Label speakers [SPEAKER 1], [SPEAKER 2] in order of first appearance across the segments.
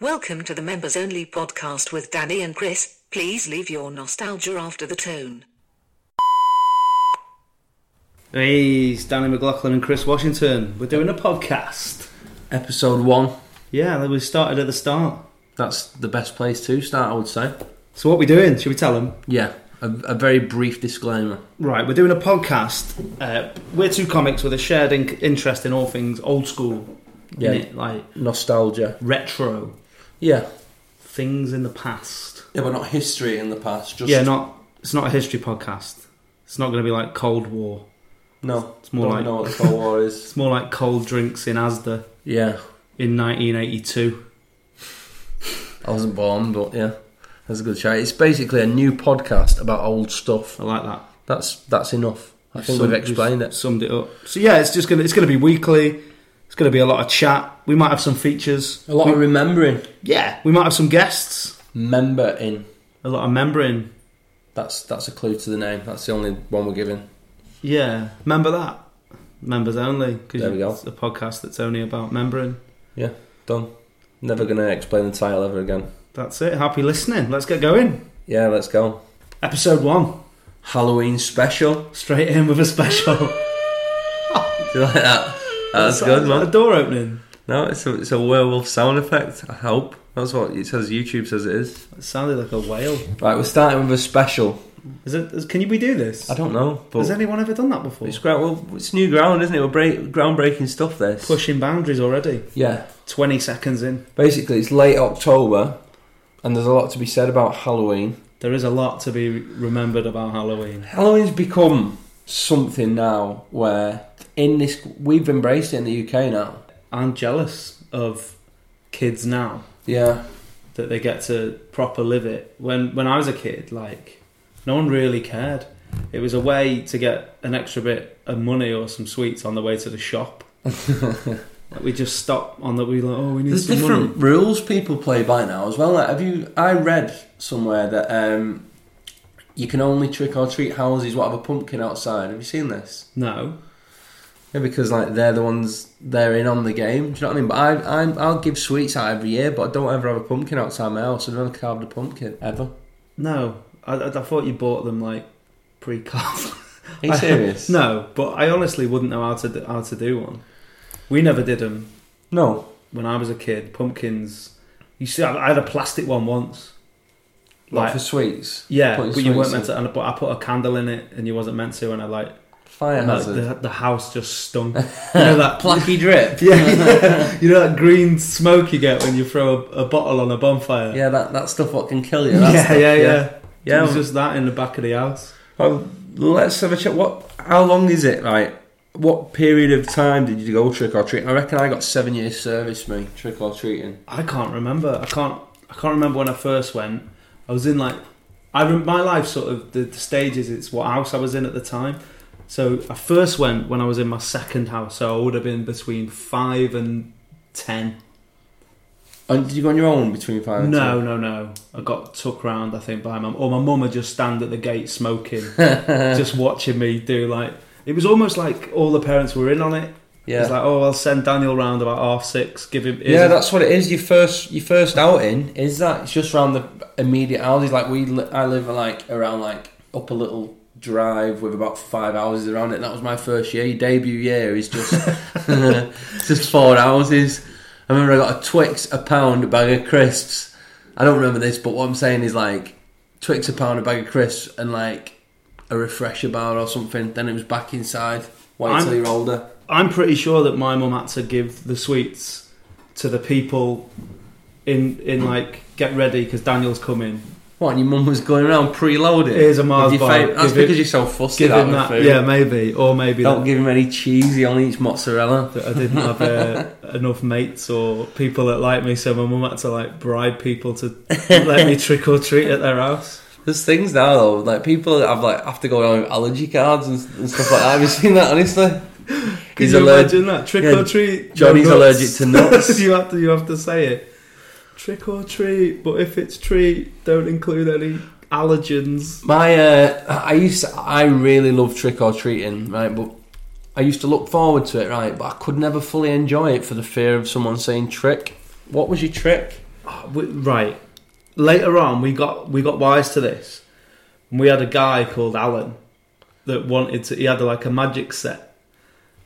[SPEAKER 1] Welcome to the members only podcast with Danny and Chris. Please leave your nostalgia after the tone.
[SPEAKER 2] Hey, it's Danny McLaughlin and Chris Washington. We're doing a podcast.
[SPEAKER 3] Episode one.
[SPEAKER 2] Yeah, we started at the start.
[SPEAKER 3] That's the best place to start, I would say.
[SPEAKER 2] So what we doing? Should we tell them?
[SPEAKER 3] Yeah. A, a very brief disclaimer.
[SPEAKER 2] Right, we're doing a podcast. Uh, we're two comics with a shared in- interest in all things old school.
[SPEAKER 3] Yeah.
[SPEAKER 2] innit? like
[SPEAKER 3] Nostalgia.
[SPEAKER 2] retro
[SPEAKER 3] Yeah.
[SPEAKER 2] things in the past.
[SPEAKER 4] Yeah, but not history in the past. Just
[SPEAKER 2] Yeah, not it's not a history podcast. It's not going to be like Cold War.
[SPEAKER 4] no.
[SPEAKER 2] It's more
[SPEAKER 4] don't
[SPEAKER 2] like-
[SPEAKER 4] know what the Cold War is.
[SPEAKER 2] It's more like cold drinks in ASDA
[SPEAKER 3] Yeah.
[SPEAKER 2] in 1982.
[SPEAKER 3] I wasn't born, but yeah. That's a good shout. It's basically a new podcast about old stuff.
[SPEAKER 2] I like that.
[SPEAKER 3] That's that's enough. I think
[SPEAKER 2] Sum-
[SPEAKER 3] we've explained
[SPEAKER 2] we've
[SPEAKER 3] it.
[SPEAKER 2] Summed it up. So yeah, it's just gonna it's gonna be weekly. It's gonna be a lot of chat. We might have some features.
[SPEAKER 3] A lot of remembering.
[SPEAKER 2] Yeah, we might have some guests.
[SPEAKER 3] Member in.
[SPEAKER 2] A lot of membering.
[SPEAKER 3] That's that's a clue to the name. That's the only one we're giving.
[SPEAKER 2] Yeah, remember that. Members only because
[SPEAKER 3] There we go.
[SPEAKER 2] it's a podcast that's only about membering.
[SPEAKER 3] Yeah. Done. Never gonna explain the title ever again.
[SPEAKER 2] That's it. Happy listening. Let's get going.
[SPEAKER 3] Yeah, let's go.
[SPEAKER 2] Episode one.
[SPEAKER 3] Halloween special.
[SPEAKER 2] Straight in with a special.
[SPEAKER 3] Do you like that? That's
[SPEAKER 2] Is that-
[SPEAKER 3] good,
[SPEAKER 2] is that
[SPEAKER 3] man.
[SPEAKER 2] A door opening.
[SPEAKER 3] No, it's a, it's a werewolf sound effect. I hope that's what it says. YouTube says it is.
[SPEAKER 2] It sounded like a whale.
[SPEAKER 3] Right, we're starting with a special.
[SPEAKER 2] Is it? Is, can you we do this?
[SPEAKER 3] I don't know, but
[SPEAKER 2] Has anyone ever done that before?
[SPEAKER 3] it's gra- well, it's new ground, isn't it? We're break- groundbreaking stuff. This
[SPEAKER 2] Pushing boundaries already.
[SPEAKER 3] yeah.
[SPEAKER 2] Twenty seconds in.
[SPEAKER 3] Basically, it's late October, and there's a lot to be said about Halloween.
[SPEAKER 2] There is a lot to be remembered about Halloween.
[SPEAKER 3] Halloween's become something now where in this we've embraced it in the UK now.
[SPEAKER 2] I'm jealous of kids now
[SPEAKER 3] Yeah,
[SPEAKER 2] that they get to proper live it. When when I was a kid, like no one really cared. It was a way to get an extra bit of money or some sweets on the way to the shop. like we just stop on the we like oh we need
[SPEAKER 3] There's
[SPEAKER 2] some
[SPEAKER 3] different
[SPEAKER 2] money.
[SPEAKER 3] rules people play by now as well. Like, have you? I read somewhere that um, you can only trick or treat houses what have a pumpkin outside. Have you seen this?
[SPEAKER 2] No,
[SPEAKER 3] Yeah, because like they're the ones they're in on the game. Do you know what I mean? But I, I I'll give sweets out every year, but I don't ever have a pumpkin outside my house. I've never carved a pumpkin ever.
[SPEAKER 2] no. I, I, I thought you bought them like pre-carved.
[SPEAKER 3] Are you
[SPEAKER 2] I-
[SPEAKER 3] serious?
[SPEAKER 2] no, but I honestly wouldn't know how to do, how to do one. We never did them.
[SPEAKER 3] no.
[SPEAKER 2] when I was a kid, pumpkins. You see, I I had a plastic one once.
[SPEAKER 3] Like,
[SPEAKER 2] Like,
[SPEAKER 3] for sweets.
[SPEAKER 2] yeah,
[SPEAKER 3] Putting
[SPEAKER 2] but you weren't
[SPEAKER 3] sweets
[SPEAKER 2] meant
[SPEAKER 3] in.
[SPEAKER 2] to. And I put, I put a candle in it, and you wasn't meant to. And I like,
[SPEAKER 3] Fire
[SPEAKER 2] like,
[SPEAKER 3] hazard.
[SPEAKER 2] the, the house just stunk. you know that
[SPEAKER 3] Placky drip.
[SPEAKER 2] yeah, yeah, you know that green smoke you get when you throw a, a bottle on a bonfire.
[SPEAKER 3] Yeah, that, that stuff what can kill you.
[SPEAKER 2] yeah,
[SPEAKER 3] that
[SPEAKER 2] yeah,
[SPEAKER 3] stuff,
[SPEAKER 2] yeah.
[SPEAKER 3] Yeah,
[SPEAKER 2] It was just that in the back of the house.
[SPEAKER 3] Well, let's have a check. What? How long is it? Like, what period of time did you go trick or treating? I reckon I got seven years service. Me trick or treating.
[SPEAKER 2] I can't remember. I can't. I can't remember when I first went. I was in like, I rem- my life sort of the, the stages. It's what house I was in at the time. So I first went when I was in my second house. So I would have been between five and ten.
[SPEAKER 3] And did you go on your own between five? and
[SPEAKER 2] no, no, no. I got took round. I think by my mum. or my mum would just stand at the gate smoking, just watching me do like. It was almost like all the parents were in on it.
[SPEAKER 3] ten? Yeah.
[SPEAKER 2] It's like, oh, I'll send Daniel round about half six. Give him. here's
[SPEAKER 3] yeah,
[SPEAKER 2] a-
[SPEAKER 3] that's what it is. Your first, your first outing is that it's just around the immediate houses. Like we, li- I live like around like up a little drive with about five houses around it. And that was my first year. Your debut year is just just four houses. I remember I got a Twix, a pound, a bag of crisps. I don't remember this, but what I'm saying is like Twix, a pound, a bag of crisps, and like a refresher bar or something. Then it was back inside. Wait
[SPEAKER 2] I'm-
[SPEAKER 3] till you're older.
[SPEAKER 2] I'm pretty sure that my mum had to give the sweets to the people in in like get ready because Daniel's coming.
[SPEAKER 3] What, and your mum was going around preloaded?
[SPEAKER 2] Here's a Mars
[SPEAKER 3] With your
[SPEAKER 2] bar.
[SPEAKER 3] favourite- That's
[SPEAKER 2] Give it-
[SPEAKER 3] because you're so fussy
[SPEAKER 2] Give
[SPEAKER 3] about
[SPEAKER 2] him
[SPEAKER 3] the
[SPEAKER 2] that,
[SPEAKER 3] food.
[SPEAKER 2] yeah, maybe, or maybe
[SPEAKER 3] Don't
[SPEAKER 2] that,
[SPEAKER 3] give him any cheese, he only eats mozzarella.
[SPEAKER 2] that I didn't have uh, enough mates or people that like me, so my mum had to like bribe people to let me trick or treat at their house.
[SPEAKER 3] There's things now though, like people that have like have to go around with allergy cards and, and stuff like that. Have you seen that? Honestly,
[SPEAKER 2] Can
[SPEAKER 3] He's
[SPEAKER 2] you
[SPEAKER 3] allergic-
[SPEAKER 2] imagine that trick
[SPEAKER 3] yeah,
[SPEAKER 2] or treat?
[SPEAKER 3] Johnny's
[SPEAKER 2] You're nuts.
[SPEAKER 3] allergic to nuts.
[SPEAKER 2] you have to you have to say it. Trick or treat, but if it's treat, don't include any allergens.
[SPEAKER 3] my uh, I used to, I really love trick or treating, right? But I used to look forward to it, right? But I could never fully enjoy it for the fear of someone saying trick. What was your trick?
[SPEAKER 2] we, right later on we got we got wise to this and we had a guy called alan that wanted to he had like a magic set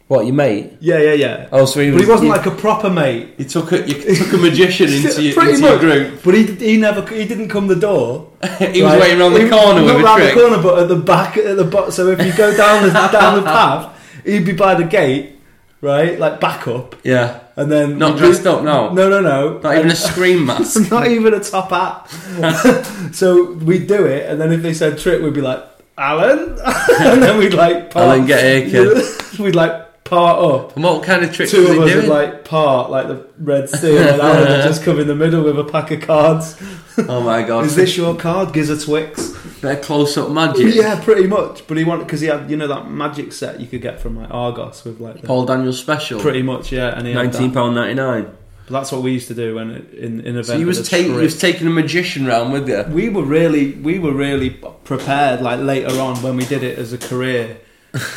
[SPEAKER 5] What, your mate?
[SPEAKER 2] yeah yeah yeah
[SPEAKER 5] Oh, so he
[SPEAKER 2] but
[SPEAKER 5] was.
[SPEAKER 2] he wasn't like a proper mate
[SPEAKER 3] You took a, you took a magician into, your,
[SPEAKER 2] Pretty
[SPEAKER 3] into your
[SPEAKER 2] much.
[SPEAKER 3] group.
[SPEAKER 2] but he he never he didn't come the door
[SPEAKER 3] He was
[SPEAKER 2] Right.
[SPEAKER 3] waiting around the
[SPEAKER 2] He-
[SPEAKER 3] corner
[SPEAKER 2] not
[SPEAKER 3] with a
[SPEAKER 2] round
[SPEAKER 3] trick.
[SPEAKER 2] the corner, but at the back, at the bottom. So if you go down the down the path, he'd be by the gate, right? Like back up,
[SPEAKER 3] Yeah.
[SPEAKER 2] and then
[SPEAKER 3] Not dressed up, no.
[SPEAKER 2] no, no, no,
[SPEAKER 3] Not even a scream mask.
[SPEAKER 2] not even a top hat. so we'd do it, and then if they said trick, we'd be like Alan, and then we'd like part,
[SPEAKER 3] Alan, get here,
[SPEAKER 2] we'd like part up.
[SPEAKER 3] And what kind of tricks
[SPEAKER 2] Two
[SPEAKER 3] was
[SPEAKER 2] of us
[SPEAKER 3] he
[SPEAKER 2] would
[SPEAKER 3] doing?
[SPEAKER 2] like part like the Red Sea, and then Alan would just come in the middle with a pack of cards.
[SPEAKER 3] oh my god.
[SPEAKER 2] Is this your card? Gizzard Twix.
[SPEAKER 3] They're close up magic.
[SPEAKER 2] Yeah, pretty much. But he wanted because he had you know that magic set you could get from like Argos with like the,
[SPEAKER 3] Paul Daniels special.
[SPEAKER 2] pretty much yeah, and he had
[SPEAKER 5] Nineteen
[SPEAKER 2] that.
[SPEAKER 5] pound ninety nine.
[SPEAKER 2] But that's what we used to do when it- in in event.
[SPEAKER 3] So you was,
[SPEAKER 2] with a
[SPEAKER 3] take, you
[SPEAKER 2] trick.
[SPEAKER 3] was taking a magician round with you.
[SPEAKER 2] we were really we were really prepared. Like later on when we did it as a career.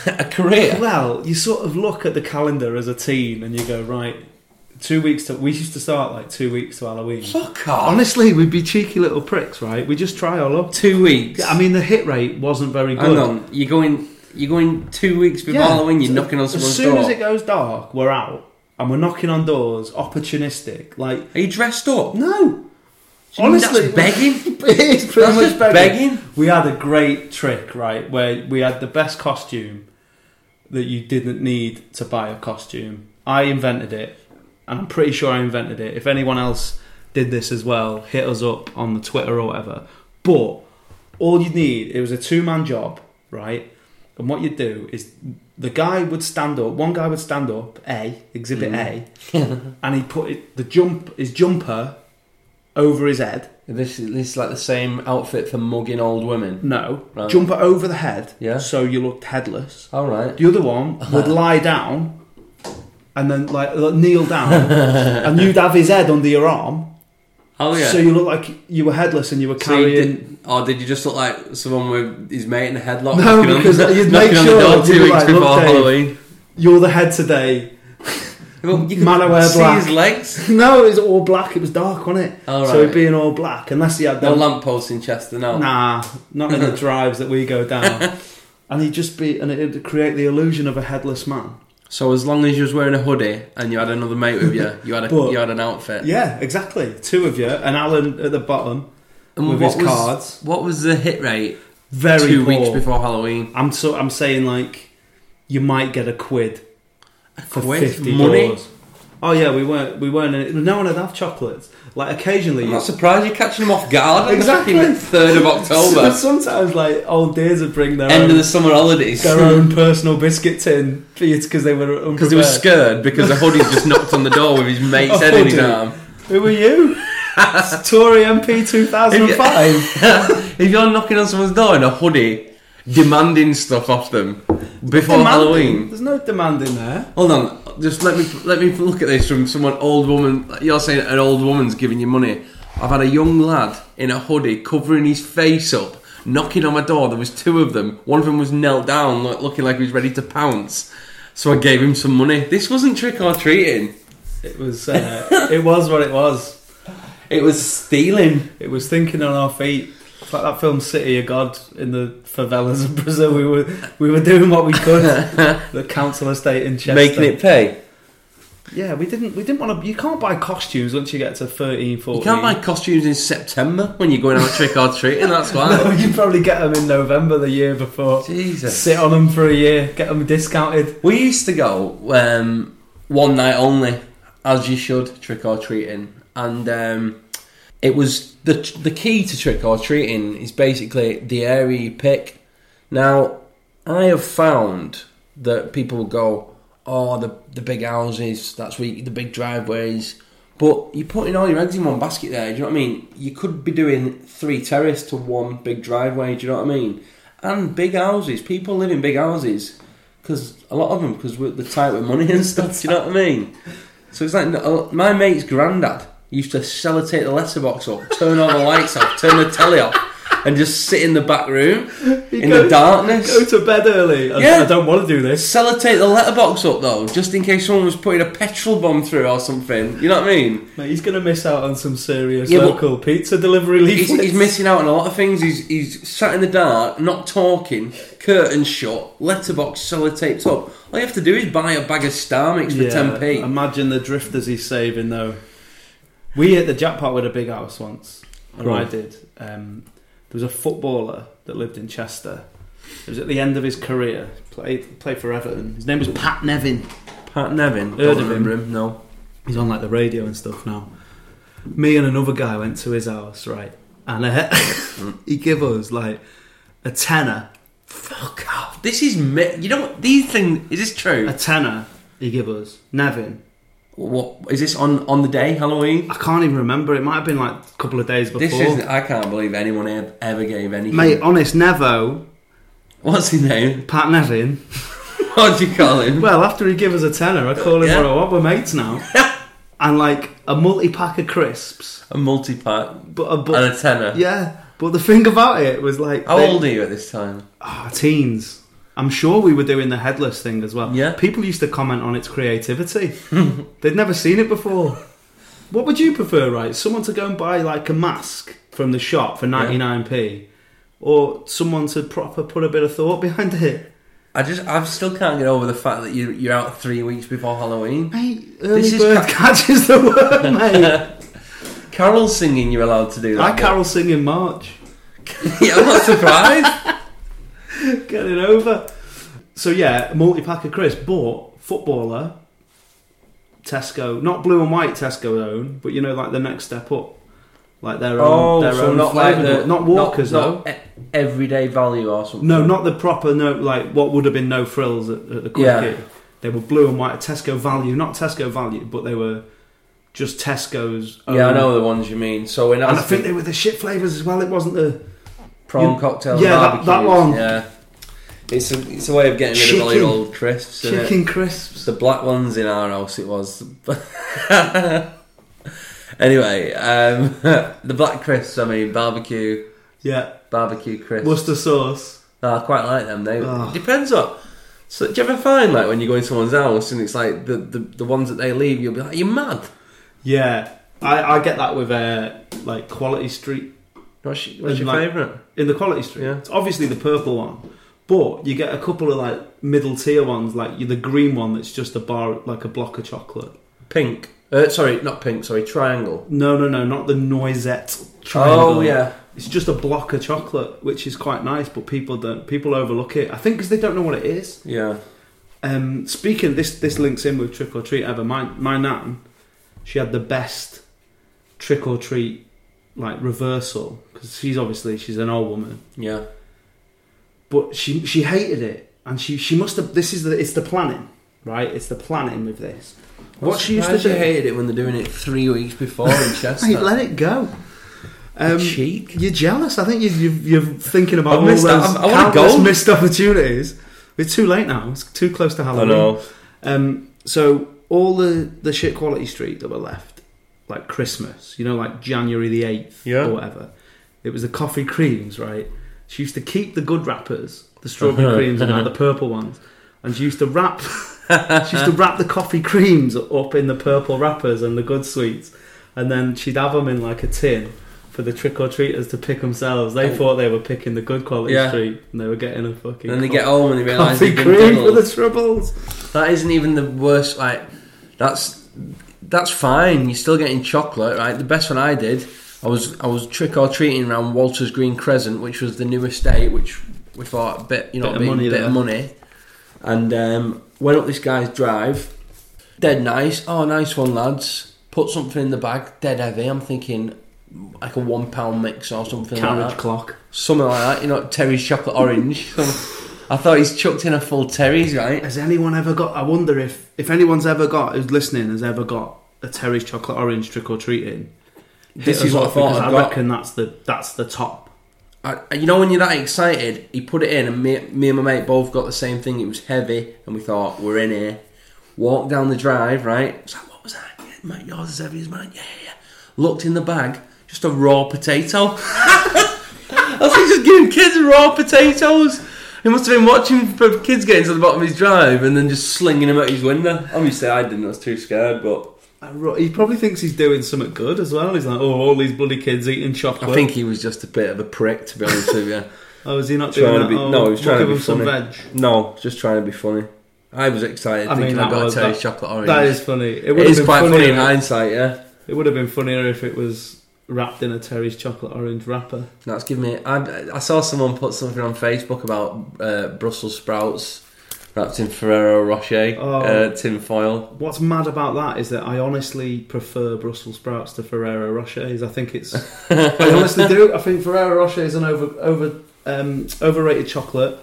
[SPEAKER 5] A career.
[SPEAKER 2] Well, you sort of look at the calendar as a teen and you go right. Two weeks to we used to start like two weeks to Halloween.
[SPEAKER 3] Fuck off.
[SPEAKER 2] Honestly, we'd be cheeky little pricks, right? We just try our luck.
[SPEAKER 5] Two weeks.
[SPEAKER 2] I mean, the hit rate wasn't very
[SPEAKER 5] Hang
[SPEAKER 2] good.
[SPEAKER 5] on. You're going. You're going two weeks before Halloween. You're knocking on someone's
[SPEAKER 2] As soon
[SPEAKER 5] door.
[SPEAKER 2] as it goes dark, we're out and we're knocking on doors, opportunistic. Like
[SPEAKER 5] Are you dressed up?
[SPEAKER 2] no,
[SPEAKER 5] Do you mean that's
[SPEAKER 2] honestly,
[SPEAKER 5] begging.
[SPEAKER 2] it's pretty
[SPEAKER 5] That's
[SPEAKER 2] much
[SPEAKER 5] just
[SPEAKER 2] begging.
[SPEAKER 5] begging?
[SPEAKER 2] We had a great trick, right, where we had the best costume that you didn't need to buy a costume. I invented it, and I'm pretty sure I invented it. If anyone else did this as well, hit us up on the Twitter or whatever. But all you need it was a two man job, right? And what you'd do is the guy would stand up. One guy would stand up, A, exhibit A, and he would put it, the jump his jumper over his head.
[SPEAKER 5] This is this is like the same outfit for mugging old women.
[SPEAKER 2] No.
[SPEAKER 5] Right.
[SPEAKER 2] Jumper over the head.
[SPEAKER 5] Yeah.
[SPEAKER 2] So you looked headless.
[SPEAKER 5] All right.
[SPEAKER 2] The other one
[SPEAKER 3] Uh-huh.
[SPEAKER 2] would lie down and then like like, kneel down and you'd have his head under your arm.
[SPEAKER 3] Oh yeah.
[SPEAKER 2] So you look like you were headless and you were
[SPEAKER 3] So you
[SPEAKER 2] carrying
[SPEAKER 3] did, or did you just look like someone with his mate in a headlock?
[SPEAKER 2] No,
[SPEAKER 3] knocking on-
[SPEAKER 2] because you'd make
[SPEAKER 3] knocking on
[SPEAKER 2] sure
[SPEAKER 3] the door
[SPEAKER 2] you'd
[SPEAKER 3] two
[SPEAKER 2] be
[SPEAKER 3] weeks
[SPEAKER 2] like,
[SPEAKER 3] before
[SPEAKER 2] "Look, Dave."
[SPEAKER 3] Halloween.
[SPEAKER 2] you're the head today.
[SPEAKER 3] Well, you could
[SPEAKER 2] Manowar
[SPEAKER 3] see
[SPEAKER 2] black.
[SPEAKER 3] his legs.
[SPEAKER 2] No, it was all black, it was dark, wasn't it?
[SPEAKER 3] All
[SPEAKER 2] So
[SPEAKER 3] Oh, right.
[SPEAKER 2] it'd be in all black unless he had
[SPEAKER 3] No
[SPEAKER 2] them-
[SPEAKER 3] lampposts in Chester now.
[SPEAKER 2] Nah, not in the drives that we go down. and he'd just be and it'd create the illusion of a headless man.
[SPEAKER 3] So as long as you was wearing a hoodie and you had another mate with you, you had a,
[SPEAKER 2] But-
[SPEAKER 3] you had an outfit.
[SPEAKER 2] Yeah, exactly. Two of you and Alan at the bottom
[SPEAKER 3] And
[SPEAKER 2] with
[SPEAKER 3] what
[SPEAKER 2] his
[SPEAKER 3] was-
[SPEAKER 2] cards.
[SPEAKER 3] What was the hit rate
[SPEAKER 2] Very
[SPEAKER 3] two
[SPEAKER 2] poor.
[SPEAKER 3] weeks before Halloween?
[SPEAKER 2] I'm so I'm saying like you might get a quid for
[SPEAKER 3] quid?
[SPEAKER 2] fifty
[SPEAKER 3] Money?
[SPEAKER 2] dollars. Oh yeah, we weren't we weren't. No one would have chocolates. Like occasionally,
[SPEAKER 3] I'm
[SPEAKER 2] you-
[SPEAKER 3] not surprised you're catching them off guard.
[SPEAKER 2] Exactly.
[SPEAKER 3] Fucking Third of October,
[SPEAKER 2] Sometimes like old dears would bring their
[SPEAKER 3] end
[SPEAKER 2] own,
[SPEAKER 3] of the summer holidays.
[SPEAKER 2] their own personal biscuit tin because they were
[SPEAKER 3] Because
[SPEAKER 2] because
[SPEAKER 3] he was scared because the hoodie just knocked on the door with his mate's
[SPEAKER 2] A
[SPEAKER 3] head in his
[SPEAKER 2] hoodie.
[SPEAKER 3] arm.
[SPEAKER 2] Who are you? It's Tory MP 2005.
[SPEAKER 3] If you're knocking on someone's door in a hoodie, demanding stuff off them before Halloween.
[SPEAKER 2] There's no demand in there.
[SPEAKER 3] Hold on, just let me let me look at this from someone old woman. You're saying an old woman's giving you money. I've had a young lad in a hoodie covering his face up, knocking on my door. There was two of them. One of them was knelt down, look, looking like he was ready to pounce. So I gave him some money. This wasn't trick or treating.
[SPEAKER 2] It was uh, it was what it was.
[SPEAKER 3] It was stealing.
[SPEAKER 2] It was thinking on our feet. It's like that film City of God in the favelas of Brazil. We were we were doing what we could. the council estate in Chester.
[SPEAKER 5] Making it pay.
[SPEAKER 2] Yeah, we didn't we didn't want to. You can't buy costumes once you get to 13, 14.
[SPEAKER 3] You can't buy costumes in September when you're going out trick or treating. That's why.
[SPEAKER 2] No, you probably get them in November the year before.
[SPEAKER 3] Jesus.
[SPEAKER 2] Sit on them for a year. Get them discounted.
[SPEAKER 3] We used to go um, one night only, as you should, trick or treating, and um, it was the the key to trick or treating is basically the area you pick. Now, I have found that people go, "Oh, the the big houses, that's where you, the big driveways." But you're putting all your eggs in one basket there. Do you know what I mean? You could be doing three terrace to one big driveway. Do you know what I mean? And big houses. People live in big houses because a lot of them because we're the tight with money and stuff. do you know what I mean? So it's like no- uh, my mate's granddad used to sellotape the letterbox up, turn all the lights off, turn the telly off, and just sit in the back room
[SPEAKER 2] You
[SPEAKER 3] in
[SPEAKER 2] go-
[SPEAKER 3] the darkness.
[SPEAKER 2] Go to bed early. I,
[SPEAKER 3] Yeah.
[SPEAKER 2] I don't want to do this.
[SPEAKER 3] Sellotape the letterbox up though, just in case someone was putting a petrol bomb through or something. You know what I mean?
[SPEAKER 2] Mate, he's going to miss out on some serious
[SPEAKER 3] Yeah, but-
[SPEAKER 2] local pizza delivery leaflets.
[SPEAKER 3] He's, he's missing out on a lot of things. He's he's sat in the dark, not talking, curtains shut, letterbox sellotaped up. All you have to do is buy a bag of Star Mix for
[SPEAKER 2] Yeah,
[SPEAKER 3] ten p.
[SPEAKER 2] Imagine the drifters he's saving though. We hit the jackpot with a big house once, or
[SPEAKER 5] Go on.
[SPEAKER 2] I did. Um, there was a footballer that lived in Chester. It was at the end of his career. Played played for Everton. His name was Pat Nevin.
[SPEAKER 3] Pat Nevin,
[SPEAKER 2] Heard
[SPEAKER 3] don't
[SPEAKER 2] of him.
[SPEAKER 3] remember him. No,
[SPEAKER 2] He's on like the radio and stuff now. Me and another guy went to his house, right? And uh, he gave us like a tenner. Fuck off.
[SPEAKER 3] this is me- you know what these things is this
[SPEAKER 2] A
[SPEAKER 3] true?
[SPEAKER 2] tenner he gave us. Nevin.
[SPEAKER 3] What is this on on the day Halloween?
[SPEAKER 2] I can't even remember. It might have been like a couple of days before.
[SPEAKER 3] This is I can't believe anyone ev- ever gave anything.
[SPEAKER 2] Mate, honest, Nevo,
[SPEAKER 3] What's his name?
[SPEAKER 2] Pat Nevin.
[SPEAKER 3] What do you call him?
[SPEAKER 2] Well, after he gave us a tenner, I call him
[SPEAKER 3] Yeah.
[SPEAKER 2] what I want. We're mates now. and like a multi pack of crisps,
[SPEAKER 3] A multi pack and
[SPEAKER 2] but a
[SPEAKER 3] a
[SPEAKER 2] but,
[SPEAKER 3] tenner.
[SPEAKER 2] yeah. But the thing about it was like
[SPEAKER 3] How
[SPEAKER 2] they-
[SPEAKER 3] old are you at this time?
[SPEAKER 2] Ah, teens. I'm sure we were doing the headless thing as well.
[SPEAKER 3] Yeah.
[SPEAKER 2] People used to comment on its creativity. They'd never seen it before. What would you prefer, right? Someone to go and buy like a mask from the shop for 99p or someone to proper put a bit of thought behind it?
[SPEAKER 3] I just I still can't get over the fact that you you're out three weeks before Halloween.
[SPEAKER 2] Mate, early
[SPEAKER 3] This is
[SPEAKER 2] bird
[SPEAKER 3] ca-
[SPEAKER 2] catches the worm, mate.
[SPEAKER 3] Carol singing, you're allowed to do
[SPEAKER 2] I
[SPEAKER 3] that.
[SPEAKER 2] carol sing in March.
[SPEAKER 3] yeah, I'm not surprised.
[SPEAKER 2] Get it over. So yeah, multi pack of crisps, but footballer, Tesco, not blue and white Tesco own, but you know like the next step up, like their
[SPEAKER 3] Oh,
[SPEAKER 2] own, their own flavour, but Oh, not Walkers
[SPEAKER 3] not,
[SPEAKER 2] though.
[SPEAKER 3] not uh, e- everyday value or something.
[SPEAKER 2] No, not the proper no, like what would have been no frills at, at the
[SPEAKER 3] Yeah.
[SPEAKER 2] quickie. They were blue and white Tesco value, not Tesco value, but they were just Tesco's. Own.
[SPEAKER 3] Yeah, I know the ones you mean. So when
[SPEAKER 2] And I
[SPEAKER 3] was
[SPEAKER 2] think they were the shit flavors as well. It wasn't the
[SPEAKER 3] prawn
[SPEAKER 2] you-
[SPEAKER 3] cocktail,
[SPEAKER 2] yeah, that- that
[SPEAKER 3] barbecues,
[SPEAKER 2] one.
[SPEAKER 3] Yeah, it's a it's a way of getting rid of all
[SPEAKER 2] Chicken.
[SPEAKER 3] your old crisps. isn't it?
[SPEAKER 2] chicken crisps.
[SPEAKER 3] The black ones in our house, it was. anyway, um, the black crisps, I mean, barbecue,
[SPEAKER 2] Yeah,
[SPEAKER 3] barbecue crisps.
[SPEAKER 2] Worcester sauce.
[SPEAKER 3] No, I quite like them. They
[SPEAKER 2] Ah.
[SPEAKER 3] it depends on. So do you ever find like when you go into someone's house and it's like the, the, the ones that they leave, you'll be like, "You're mad."
[SPEAKER 2] Yeah, I, I get that with uh, like quality street
[SPEAKER 3] What's your, what's
[SPEAKER 2] And
[SPEAKER 3] your
[SPEAKER 2] like-
[SPEAKER 3] favourite?
[SPEAKER 2] in the quality street.
[SPEAKER 3] Yeah.
[SPEAKER 2] It's obviously the purple one, but you get a couple of like middle tier ones, like the green one that's just a bar, like a block of chocolate.
[SPEAKER 3] Pink. Uh, sorry, not pink. Sorry, triangle.
[SPEAKER 2] No, no, no, not the noisette triangle.
[SPEAKER 3] Oh yeah.
[SPEAKER 2] it's just a block of chocolate, which is quite nice, but people don't people overlook it. I think because they don't know what it is.
[SPEAKER 3] Yeah.
[SPEAKER 2] Um, speaking, this this links in with trick or treat ever. My my nan, she had the best trick or treat like reversal because she's obviously she's an old woman.
[SPEAKER 3] Yeah.
[SPEAKER 2] but she she hated it, and she she must have. This is the it's the planning, right? It's the planning with this. What she used to do,
[SPEAKER 3] Surprised you hated it when they're doing it three weeks before in Chester.
[SPEAKER 2] Mate, let it go. Um,
[SPEAKER 3] cheek.
[SPEAKER 2] You're jealous. I think you, you, you're thinking about
[SPEAKER 3] I've
[SPEAKER 2] all
[SPEAKER 3] missed
[SPEAKER 2] those
[SPEAKER 3] that. I'm- I wanna
[SPEAKER 2] countless
[SPEAKER 3] go.
[SPEAKER 2] missed opportunities. It's too late now. It's too close to
[SPEAKER 3] I
[SPEAKER 2] Halloween.
[SPEAKER 3] know.
[SPEAKER 2] Um, so all the the shit quality street that were left, like Christmas, you know, like January the eighth
[SPEAKER 3] Yeah.
[SPEAKER 2] or whatever. It was the coffee creams, right? She used to keep the good wrappers, the
[SPEAKER 3] Uh-huh.
[SPEAKER 2] strawberry creams and like, the purple ones, and she used to wrap. she used to wrap the coffee creams up in the purple wrappers and the good sweets, and then she'd have them in like a tin. For the trick or treaters to pick themselves, they thought they were picking the good quality
[SPEAKER 3] Oh. Yeah.
[SPEAKER 2] street, and they were getting a fucking.
[SPEAKER 3] And then they
[SPEAKER 2] co-
[SPEAKER 3] get home and they realise
[SPEAKER 2] coffee
[SPEAKER 3] they've been
[SPEAKER 2] cream for
[SPEAKER 3] diddled.
[SPEAKER 2] the triples.
[SPEAKER 3] That isn't even the worst. Like, that's that's fine. You're still getting chocolate, right? The best one I did, I was I was trick or treating around Walter's Green Crescent, which was the new estate, which we thought a bit, you know,
[SPEAKER 2] Bit
[SPEAKER 3] a
[SPEAKER 2] of
[SPEAKER 3] bit,
[SPEAKER 2] money
[SPEAKER 3] bit
[SPEAKER 2] there.
[SPEAKER 3] of money, and um, went up this guy's drive. Dead nice. Oh, nice one, lads. Put something in the bag. Dead heavy. I'm thinking like a one pound mix or something like
[SPEAKER 2] Carriage
[SPEAKER 3] that
[SPEAKER 2] clock.
[SPEAKER 3] something like that. You know, Terry's chocolate orange. I thought he's chucked in a full Terry's, right?
[SPEAKER 2] Has anyone ever got? I wonder if if anyone's ever got who's listening has ever got a Terry's chocolate orange trick or treating.
[SPEAKER 3] This is what I thought I've
[SPEAKER 2] I
[SPEAKER 3] got.
[SPEAKER 2] reckon that's the that's the top.
[SPEAKER 3] I, you know, when you're that excited, he put it in, and me, me and my mate both got the same thing. It was heavy, and we thought we're in here. Walked down the drive, right? It's like, what was that? Yeah, mate, yours is heavy as mine. Yeah, yeah, yeah. Looked in the bag, just a raw potato. I was just giving kids raw potatoes. He must have been watching for kids getting to the bottom of his drive and then just slinging them out his window. Obviously, I didn't. I was too scared, but
[SPEAKER 2] I ro- Uh, He probably thinks he's doing something good as well. He's like, oh, all these bloody kids eating chocolate.
[SPEAKER 3] I think he was just a bit of a prick, to be honest with you.
[SPEAKER 2] Oh, is he not doing
[SPEAKER 3] Trying to
[SPEAKER 2] that?
[SPEAKER 3] be-
[SPEAKER 2] oh,
[SPEAKER 3] no, he was
[SPEAKER 2] we'll
[SPEAKER 3] trying to
[SPEAKER 2] give
[SPEAKER 3] be
[SPEAKER 2] him some
[SPEAKER 3] funny.
[SPEAKER 2] veg.
[SPEAKER 3] No, just trying to be funny. I was excited
[SPEAKER 2] I mean,
[SPEAKER 3] thinking I
[SPEAKER 2] that
[SPEAKER 3] got
[SPEAKER 2] was-
[SPEAKER 3] a
[SPEAKER 2] that-
[SPEAKER 3] taste chocolate orange.
[SPEAKER 2] That is funny. It
[SPEAKER 3] it
[SPEAKER 2] would
[SPEAKER 3] is
[SPEAKER 2] have been
[SPEAKER 3] quite funny in
[SPEAKER 2] funnier.
[SPEAKER 3] hindsight, yeah.
[SPEAKER 2] it would have been funnier if it was wrapped in a Terry's chocolate orange wrapper.
[SPEAKER 3] That's given me. I, I saw someone put something on Facebook about uh, Brussels sprouts wrapped in Ferrero Rocher
[SPEAKER 2] Oh.
[SPEAKER 3] uh, tin foil.
[SPEAKER 2] What's mad about that is that I honestly prefer Brussels sprouts to Ferrero Rochers. I think it's. I honestly do. I think Ferrero Rocher is an over over um, overrated chocolate,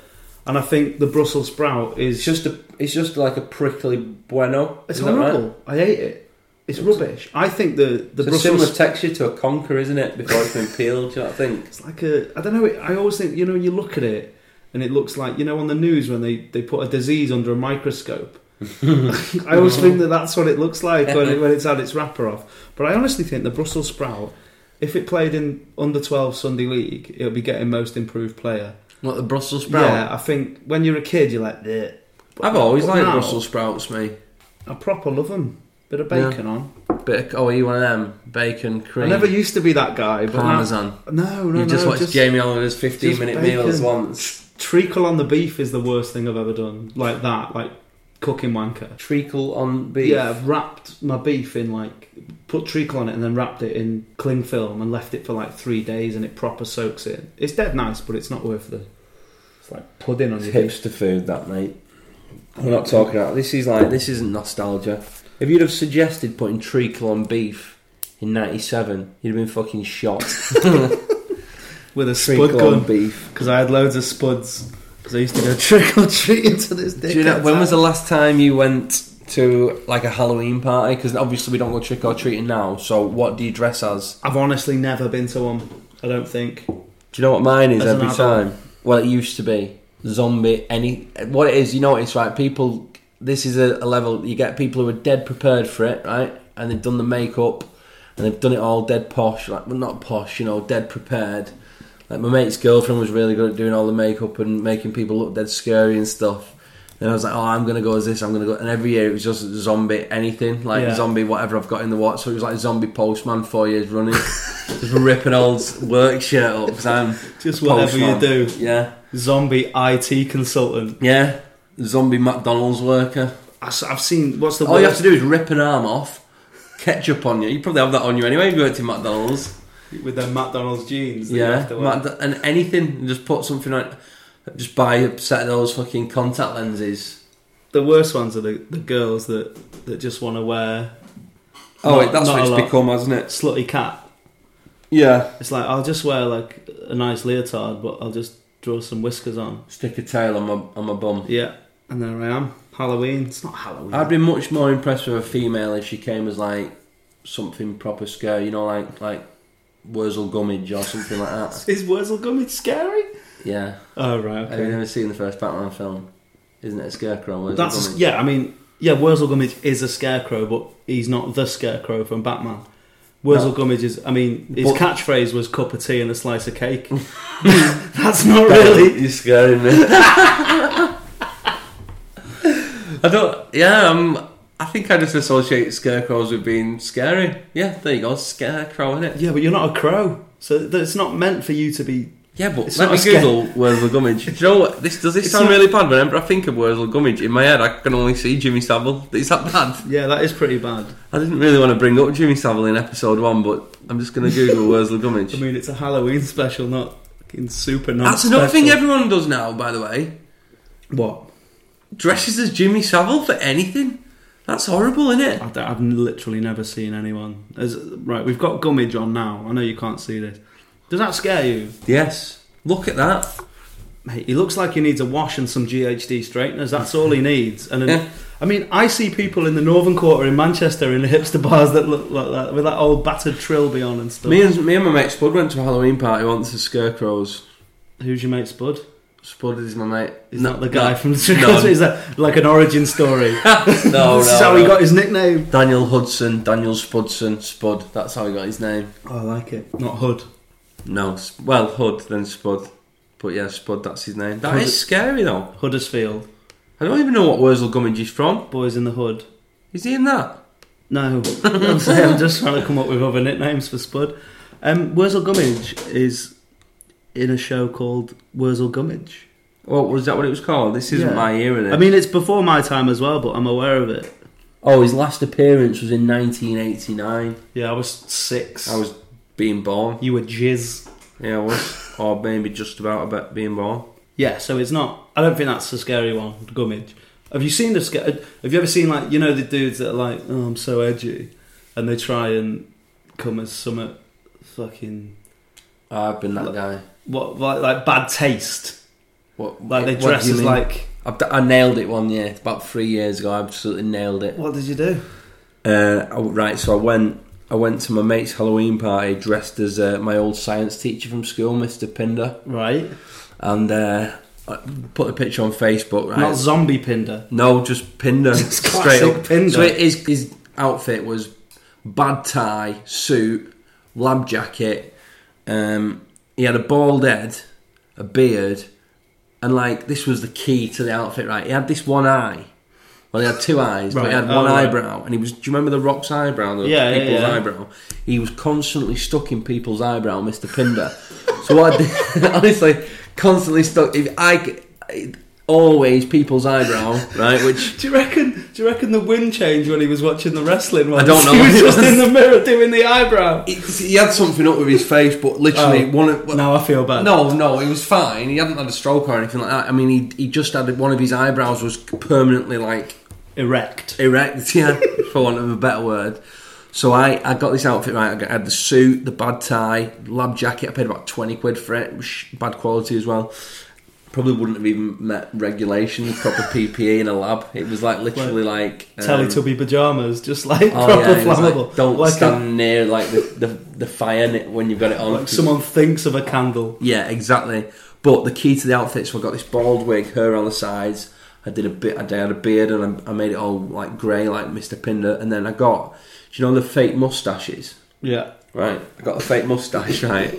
[SPEAKER 2] and I think the Brussels sprout is
[SPEAKER 3] It's just a. It's just like a prickly bueno.
[SPEAKER 2] It's
[SPEAKER 3] is that right?
[SPEAKER 2] horrible. I hate it. It's rubbish. I think the the
[SPEAKER 3] It's a
[SPEAKER 2] Brussels
[SPEAKER 3] similar texture to a conker, isn't it? Before it's been peeled, do you not think?
[SPEAKER 2] It's like a I don't know. I always think you know when you look at it and it looks like you know on the news when they they put a disease under a microscope. I always think that that's what it looks like when, it, when it's had its wrapper off. But I honestly think the Brussels sprout, if it played in under twelve Sunday League, it'll be getting most improved player.
[SPEAKER 3] What the Brussels sprout?
[SPEAKER 2] Yeah, I think when you're a kid, you're like, "Bleh."
[SPEAKER 3] I've always
[SPEAKER 2] But
[SPEAKER 3] liked
[SPEAKER 2] now,
[SPEAKER 3] Brussels sprouts, me.
[SPEAKER 2] I proper love them. Bit of
[SPEAKER 3] Yeah.
[SPEAKER 2] bacon on.
[SPEAKER 3] Bit of, oh, you one of them bacon cream
[SPEAKER 2] I never used to be that guy, but now-
[SPEAKER 3] parmesan.
[SPEAKER 2] no, no,
[SPEAKER 3] you just
[SPEAKER 2] no,
[SPEAKER 3] watched Jamie Oliver's fifteen-minute
[SPEAKER 2] bacon.
[SPEAKER 3] meals once.
[SPEAKER 2] Treacle on the beef is the worst thing I've ever done. Like that, like cooking wanker.
[SPEAKER 3] Treacle on beef.
[SPEAKER 2] Yeah, I've wrapped my beef in like put treacle on it and then wrapped it in cling film and left it for like three days and it proper soaks in. It's dead nice, but it's not worth the. It's like pudding on your
[SPEAKER 3] It's
[SPEAKER 2] beef.
[SPEAKER 3] hipster food, that mate. We're not talking about this. Is like this isn't nostalgia. If you'd have suggested putting treacle on beef in '97, you'd have been fucking shot.
[SPEAKER 2] with a spud
[SPEAKER 3] treacle on
[SPEAKER 2] gun
[SPEAKER 3] beef.
[SPEAKER 2] because I had loads of spuds because I used to go trick or treating to this day.
[SPEAKER 3] Do you know when was the last time you went to like a Halloween party? Because obviously we don't go trick or treating now. So what do you dress as?
[SPEAKER 2] I've honestly never been to one. I don't think.
[SPEAKER 3] Do you know what mine is
[SPEAKER 2] As an
[SPEAKER 3] every
[SPEAKER 2] adult.
[SPEAKER 3] time? Well, it used to be zombie. Any what it is, you know, it's right. People, this is a, a level you get people who are dead prepared for it, right? And they've done the makeup and they've done it all dead posh, like well, not posh, you know, dead prepared. Like my mate's girlfriend was really good at doing all the makeup and making people look dead scary and stuff. And I was like, oh, I'm gonna go as this. I'm gonna go. And every year it was just zombie anything, like
[SPEAKER 2] Yeah.
[SPEAKER 3] zombie whatever I've got in the watch. So it was like zombie postman four years running, just ripping old work shirt up 'cause I'm
[SPEAKER 2] Just whatever
[SPEAKER 3] postman.
[SPEAKER 2] you do,
[SPEAKER 3] Yeah,
[SPEAKER 2] zombie IT consultant.
[SPEAKER 3] yeah. Zombie McDonald's worker.
[SPEAKER 2] I s- I've seen what's the
[SPEAKER 3] All Oh, you have
[SPEAKER 2] worst?
[SPEAKER 3] to do is rip an arm off, ketchup on you. You probably have that on you anyway. If you worked in McDonald's.
[SPEAKER 2] with their McDonald's jeans. that you
[SPEAKER 3] Yeah,
[SPEAKER 2] have to wear.
[SPEAKER 3] Matt, and anything, just put something on. Just buy a set of those fucking contact lenses.
[SPEAKER 2] the worst ones are the, the girls that, that just want to wear
[SPEAKER 3] Oh,
[SPEAKER 2] Not-
[SPEAKER 3] that's
[SPEAKER 2] not
[SPEAKER 3] what
[SPEAKER 2] a
[SPEAKER 3] it's
[SPEAKER 2] lot.
[SPEAKER 3] become, hasn't it?
[SPEAKER 2] slutty cap.
[SPEAKER 3] Yeah.
[SPEAKER 2] It's like I'll just wear like a nice leotard, but I'll just draw some whiskers on.
[SPEAKER 3] Stick a tail on my on my bum.
[SPEAKER 2] Yeah, and there I am. Halloween. It's not Halloween.
[SPEAKER 3] I'd be much more impressed with a female if she came as like something proper scary, you know, like like Wurzel Gummidge or something like that.
[SPEAKER 2] Is Wurzel Gummidge scary?
[SPEAKER 3] Yeah.
[SPEAKER 2] Oh right,
[SPEAKER 3] Have you
[SPEAKER 2] okay.
[SPEAKER 3] never seen the first Batman film? Isn't it a scarecrow? Wurzel
[SPEAKER 2] That's
[SPEAKER 3] Gummidge?
[SPEAKER 2] yeah. I mean, yeah. Wurzel Gummidge is a scarecrow, but he's not the scarecrow from Batman. Wurzel Gummidge is. I mean, his
[SPEAKER 3] But-
[SPEAKER 2] catchphrase was "cup of tea and a slice of cake." That's not really
[SPEAKER 3] You're scaring me. I don't. Yeah, um, I think I just associate scarecrows with being scary. Yeah, there you go, scarecrow in it.
[SPEAKER 2] Yeah, but you're not a crow, so th- it's not meant for you to be.
[SPEAKER 3] Yeah, but
[SPEAKER 2] It's
[SPEAKER 3] let
[SPEAKER 2] not
[SPEAKER 3] me
[SPEAKER 2] a scare-
[SPEAKER 3] Google Wurzel Gummidge. Do you know what? This does this
[SPEAKER 2] It's
[SPEAKER 3] sound
[SPEAKER 2] not-
[SPEAKER 3] really bad? Whenever I think of Wurzel Gummidge in my head, I can only see Jimmy Savile. Is that bad?
[SPEAKER 2] Yeah, that is pretty bad.
[SPEAKER 3] I didn't really want to bring up Jimmy Savile in episode one, but I'm just going to Google Wurzel Gummidge.
[SPEAKER 2] I mean, it's a Halloween special, not fucking super. non
[SPEAKER 3] That's another thing
[SPEAKER 2] special.
[SPEAKER 3] everyone does now, by the way.
[SPEAKER 2] What?
[SPEAKER 3] Dresses as Jimmy Savile for anything. That's horrible, isn't it?
[SPEAKER 2] I don't- I've literally never seen anyone. As right, we've got Gummidge on now. I know you can't see this. Does that scare you,
[SPEAKER 3] Yes. Look at that.
[SPEAKER 2] mate? He looks like he needs a wash and some GHD straighteners. That's all he needs. And an, I mean, I see people in the Northern Quarter in Manchester in the hipster bars that look like that with that old battered trilby on and stuff.
[SPEAKER 3] Me and me and my mate Spud went to a Halloween party once as scarecrows.
[SPEAKER 2] Who's your mate, Spud?
[SPEAKER 3] Spud is my mate.
[SPEAKER 2] Is that the guy from the
[SPEAKER 3] no.
[SPEAKER 2] Is that like an origin story?
[SPEAKER 3] No, no.
[SPEAKER 2] This is how he
[SPEAKER 3] no.
[SPEAKER 2] got his nickname. Oh,
[SPEAKER 3] Daniel Hudson, Daniel Spudson, Spud. That's how he got his name.
[SPEAKER 2] I like it. Not Hood.
[SPEAKER 3] No, S- well, Hood, then Spud. But yeah, Spud, that's his name. That
[SPEAKER 2] Hood-
[SPEAKER 3] is scary, though.
[SPEAKER 2] Huddersfield,
[SPEAKER 3] I don't even know what Wurzel Gummidge is from.
[SPEAKER 2] Boys in the Hood.
[SPEAKER 3] Is he in that?
[SPEAKER 2] No, I'm, saying, I'm just trying to come up with other nicknames for Spud. Um, Wurzel Gummidge is in a show called Wurzel Gummidge.
[SPEAKER 3] What was that? What it was called? This isn't
[SPEAKER 2] Yeah.
[SPEAKER 3] my era. Then.
[SPEAKER 2] I mean, it's before my time as well, but I'm aware of it.
[SPEAKER 3] oh, his last appearance was in 1989.
[SPEAKER 2] Yeah, I was six.
[SPEAKER 3] I was being born.
[SPEAKER 2] You were jizz.
[SPEAKER 3] Yeah, I was, or maybe just about about being born.
[SPEAKER 2] Yeah, so it's not. I don't think that's a scary one, Gummidge. Have you seen the sca- Have you ever seen like you know the dudes that are like, oh, I'm so edgy, and they try and come as some fucking
[SPEAKER 3] I've been that
[SPEAKER 2] Look,
[SPEAKER 3] guy.
[SPEAKER 2] what like like bad taste.
[SPEAKER 3] What?
[SPEAKER 2] Like they
[SPEAKER 3] what do
[SPEAKER 2] dress
[SPEAKER 3] you
[SPEAKER 2] as
[SPEAKER 3] mean?
[SPEAKER 2] like.
[SPEAKER 3] I've d- I nailed it one year, about three years ago. I absolutely nailed it.
[SPEAKER 2] What did you do?
[SPEAKER 3] Uh, I- right, so I went. I went to my mate's Halloween party dressed as uh, my old science teacher from school, Mr. Pinder,
[SPEAKER 2] Right,
[SPEAKER 3] and uh, I put a picture on Facebook. Right,
[SPEAKER 2] not zombie pinder.
[SPEAKER 3] no, just Pinder
[SPEAKER 2] Just
[SPEAKER 3] straight
[SPEAKER 2] classic
[SPEAKER 3] up.
[SPEAKER 2] Pinder.
[SPEAKER 3] So it- his his outfit was bad tie, suit, lab jacket. Um, he had a bald head, a beard, and like this was the key to the outfit. Right, he had this one eye. Well, he had two eyes, but he
[SPEAKER 2] Right,
[SPEAKER 3] had one
[SPEAKER 2] oh, right.
[SPEAKER 3] eyebrow, and he was. Do you remember the Rock's eyebrow? The
[SPEAKER 2] Yeah, yeah,
[SPEAKER 3] people's
[SPEAKER 2] yeah.
[SPEAKER 3] eyebrow. He was constantly stuck in people's eyebrow, Mister Pinder. so I did, honestly constantly stuck. If I, c- I- always people's eyebrow, right? Which
[SPEAKER 2] Do you reckon? Do you reckon the wind changed when he was watching the wrestling? Once?
[SPEAKER 3] don't know
[SPEAKER 2] He
[SPEAKER 3] what
[SPEAKER 2] was
[SPEAKER 3] it
[SPEAKER 2] just
[SPEAKER 3] was.
[SPEAKER 2] in the mirror doing the eyebrow.
[SPEAKER 3] it's- he had something up with his face, but literally
[SPEAKER 2] Oh,
[SPEAKER 3] one of. well,
[SPEAKER 2] now I feel bad.
[SPEAKER 3] No, no, he was fine. He hadn't had a stroke or anything like that. I mean, he he just had one of his eyebrows was permanently like
[SPEAKER 2] erect.
[SPEAKER 3] erect, yeah, for want of a better word. So I, I got this outfit right. I got- I had the suit, the bad tie, lab jacket. I paid about twenty quid for it. it was sh- bad quality as well. Probably wouldn't have even met regulations, proper PPE in a lab. It was like literally like um,
[SPEAKER 2] Teletubby pajamas, just like
[SPEAKER 3] oh,
[SPEAKER 2] proper
[SPEAKER 3] yeah, it was
[SPEAKER 2] flammable.
[SPEAKER 3] like, don't
[SPEAKER 2] Like a-
[SPEAKER 3] stand near like the, the, the fire in it when you've got it on.
[SPEAKER 2] like someone thinks of a candle.
[SPEAKER 3] Yeah, exactly. But the key to the outfit, so I got this bald wig, hair on the sides. I did a bit. I had a beard, and I, I made it all like grey, like Mister Pinder. And then I got, do you know, the fake mustaches.
[SPEAKER 2] Yeah.
[SPEAKER 3] Right, I got a fake mustache. Right,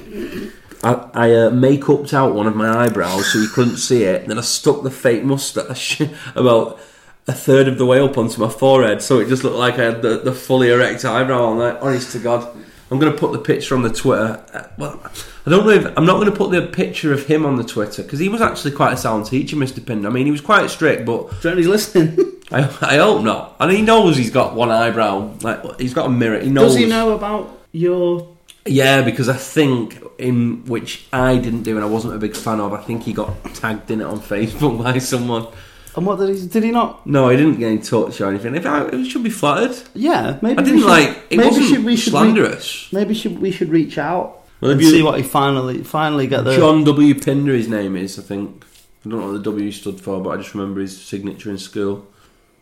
[SPEAKER 3] I, I uh, make upped out one of my eyebrows so you couldn't see it. Then I stuck the fake mustache about a third of the way up onto my forehead, so it just looked like I had the, the fully erect eyebrow. I'm like, honest to God, I'm gonna put the picture on the Twitter. Uh, well, I don't know. If, I'm not gonna put the picture of him on the Twitter because he was actually quite a sound teacher, Mister Pinder. I mean, he was quite strict, but
[SPEAKER 2] Johnny's listening.
[SPEAKER 3] I, I hope not. And he knows he's got one eyebrow. Like he's got a mirror. He knows.
[SPEAKER 2] Does he know about your?
[SPEAKER 3] Yeah, because I think in which I didn't do and I wasn't a big fan of. I think he got tagged in it on Facebook by someone.
[SPEAKER 2] And what did he? Did he not?
[SPEAKER 3] No, he didn't get in touch or anything. If I, it should be flattered.
[SPEAKER 2] Yeah, maybe
[SPEAKER 3] I
[SPEAKER 2] we
[SPEAKER 3] didn't
[SPEAKER 2] should-
[SPEAKER 3] like. It
[SPEAKER 2] maybe
[SPEAKER 3] wasn't
[SPEAKER 2] should- we should re-
[SPEAKER 3] slanderous.
[SPEAKER 2] maybe should we should reach out
[SPEAKER 3] Well,
[SPEAKER 2] and
[SPEAKER 3] if you-
[SPEAKER 2] see what he finally finally get the.
[SPEAKER 3] John W. Pinder, his name is. I think. I don't know what the W stood for, but I just remember his signature in school.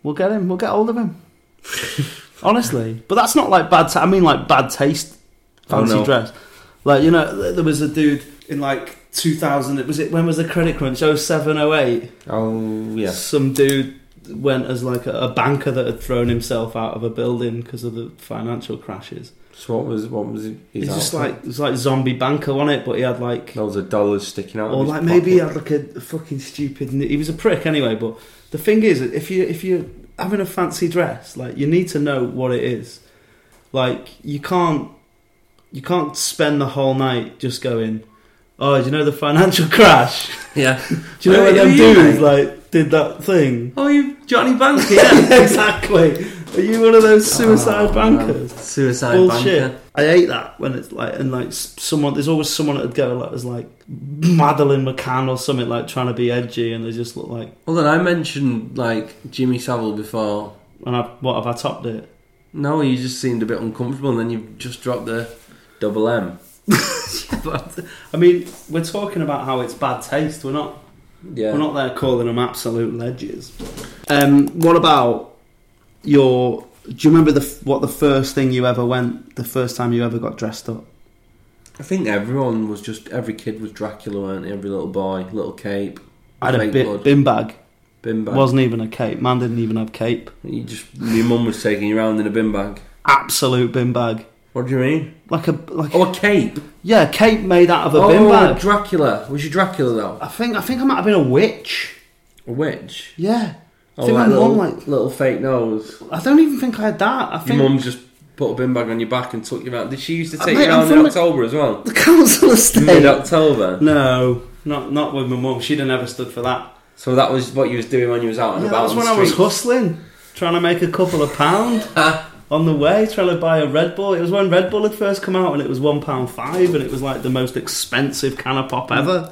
[SPEAKER 2] We'll get him. We'll get hold of him. Honestly, but that's not like bad. ta- I mean, like bad taste, fancy
[SPEAKER 3] Oh, no.
[SPEAKER 2] dress. Like you know, th- there was a dude in like 2000. It was it when was the credit crunch? 07, 08.
[SPEAKER 3] Oh yeah.
[SPEAKER 2] Some dude went as like a, a banker that had thrown himself out of a building because of the financial crashes.
[SPEAKER 3] So what was what was his?
[SPEAKER 2] He's just
[SPEAKER 3] outfit?
[SPEAKER 2] like it was like zombie banker on it, but he had like
[SPEAKER 3] There was a dollar sticking out. of
[SPEAKER 2] or
[SPEAKER 3] his
[SPEAKER 2] like maybe he
[SPEAKER 3] pocket.
[SPEAKER 2] had like a fucking stupid. kn- He was a prick anyway. But the thing is, if you if you're having a fancy dress, like you need to know what it is. Like you can't you can't spend the whole night just going. Oh, do you know the financial crash?
[SPEAKER 3] yeah.
[SPEAKER 2] Do you know
[SPEAKER 3] Wait,
[SPEAKER 2] what them
[SPEAKER 3] who are you,
[SPEAKER 2] dudes
[SPEAKER 3] mate?
[SPEAKER 2] like did that thing?
[SPEAKER 3] Oh, you Johnny Banker? Yeah.
[SPEAKER 2] exactly. Are you one of those suicide
[SPEAKER 3] Oh, man.
[SPEAKER 2] bankers?
[SPEAKER 3] Suicide
[SPEAKER 2] Bullshit.
[SPEAKER 3] Banker.
[SPEAKER 2] I hate that when it's like and like s- someone. There's always someone that'd go like as like Madeline McCann or something like trying to be edgy, and they just look like.
[SPEAKER 3] Well, then I mentioned like Jimmy Savile before.
[SPEAKER 2] And I, what have I topped it?
[SPEAKER 3] No, you just seemed a bit uncomfortable, and then you just dropped the double M.
[SPEAKER 2] I mean, we're talking about how it's bad taste. We're not.
[SPEAKER 3] Yeah.
[SPEAKER 2] We're not there calling them absolute ledges. Um, what about your? Do you remember the f- what the first thing you ever went? The first time you ever got dressed up?
[SPEAKER 3] I think everyone was just every kid was Dracula, weren't they? Every little boy, little cape.
[SPEAKER 2] I had a
[SPEAKER 3] fake
[SPEAKER 2] bi-
[SPEAKER 3] blood,
[SPEAKER 2] bin bag.
[SPEAKER 3] bin bag.
[SPEAKER 2] Wasn't even a cape. Man didn't even have cape.
[SPEAKER 3] You just your mum was taking you around in a bin bag.
[SPEAKER 2] Absolute bin bag.
[SPEAKER 3] What do you mean?
[SPEAKER 2] like a like
[SPEAKER 3] Oh, a cape.
[SPEAKER 2] yeah, a cape made out of a bin
[SPEAKER 3] Oh,
[SPEAKER 2] bag.
[SPEAKER 3] Dracula. Was your Dracula though?
[SPEAKER 2] I think I think I might have been a witch.
[SPEAKER 3] A witch.
[SPEAKER 2] Yeah,
[SPEAKER 3] Oh,
[SPEAKER 2] I think
[SPEAKER 3] like
[SPEAKER 2] I'm
[SPEAKER 3] little,
[SPEAKER 2] one, like-
[SPEAKER 3] little fake nose.
[SPEAKER 2] I don't even think I had that. I
[SPEAKER 3] Your
[SPEAKER 2] think
[SPEAKER 3] mum just put a bin bag on your back and took you around. Did she used to
[SPEAKER 2] Uh,
[SPEAKER 3] take
[SPEAKER 2] mate,
[SPEAKER 3] you
[SPEAKER 2] I'm
[SPEAKER 3] around in
[SPEAKER 2] from a-
[SPEAKER 3] October as well?
[SPEAKER 2] the council
[SPEAKER 3] Mid
[SPEAKER 2] estate.
[SPEAKER 3] October.
[SPEAKER 2] No, not not with my mum. She'd have never stood for that.
[SPEAKER 3] So that was what you was doing when you was out and
[SPEAKER 2] Yeah, that
[SPEAKER 3] about.
[SPEAKER 2] was
[SPEAKER 3] on
[SPEAKER 2] when
[SPEAKER 3] the
[SPEAKER 2] I was
[SPEAKER 3] streets.
[SPEAKER 2] hustling, trying to make a couple of pound on the way, trying to buy a Red Bull. It was when Red Bull had first come out, and it was one pound five, and it was like the most expensive can of pop ever.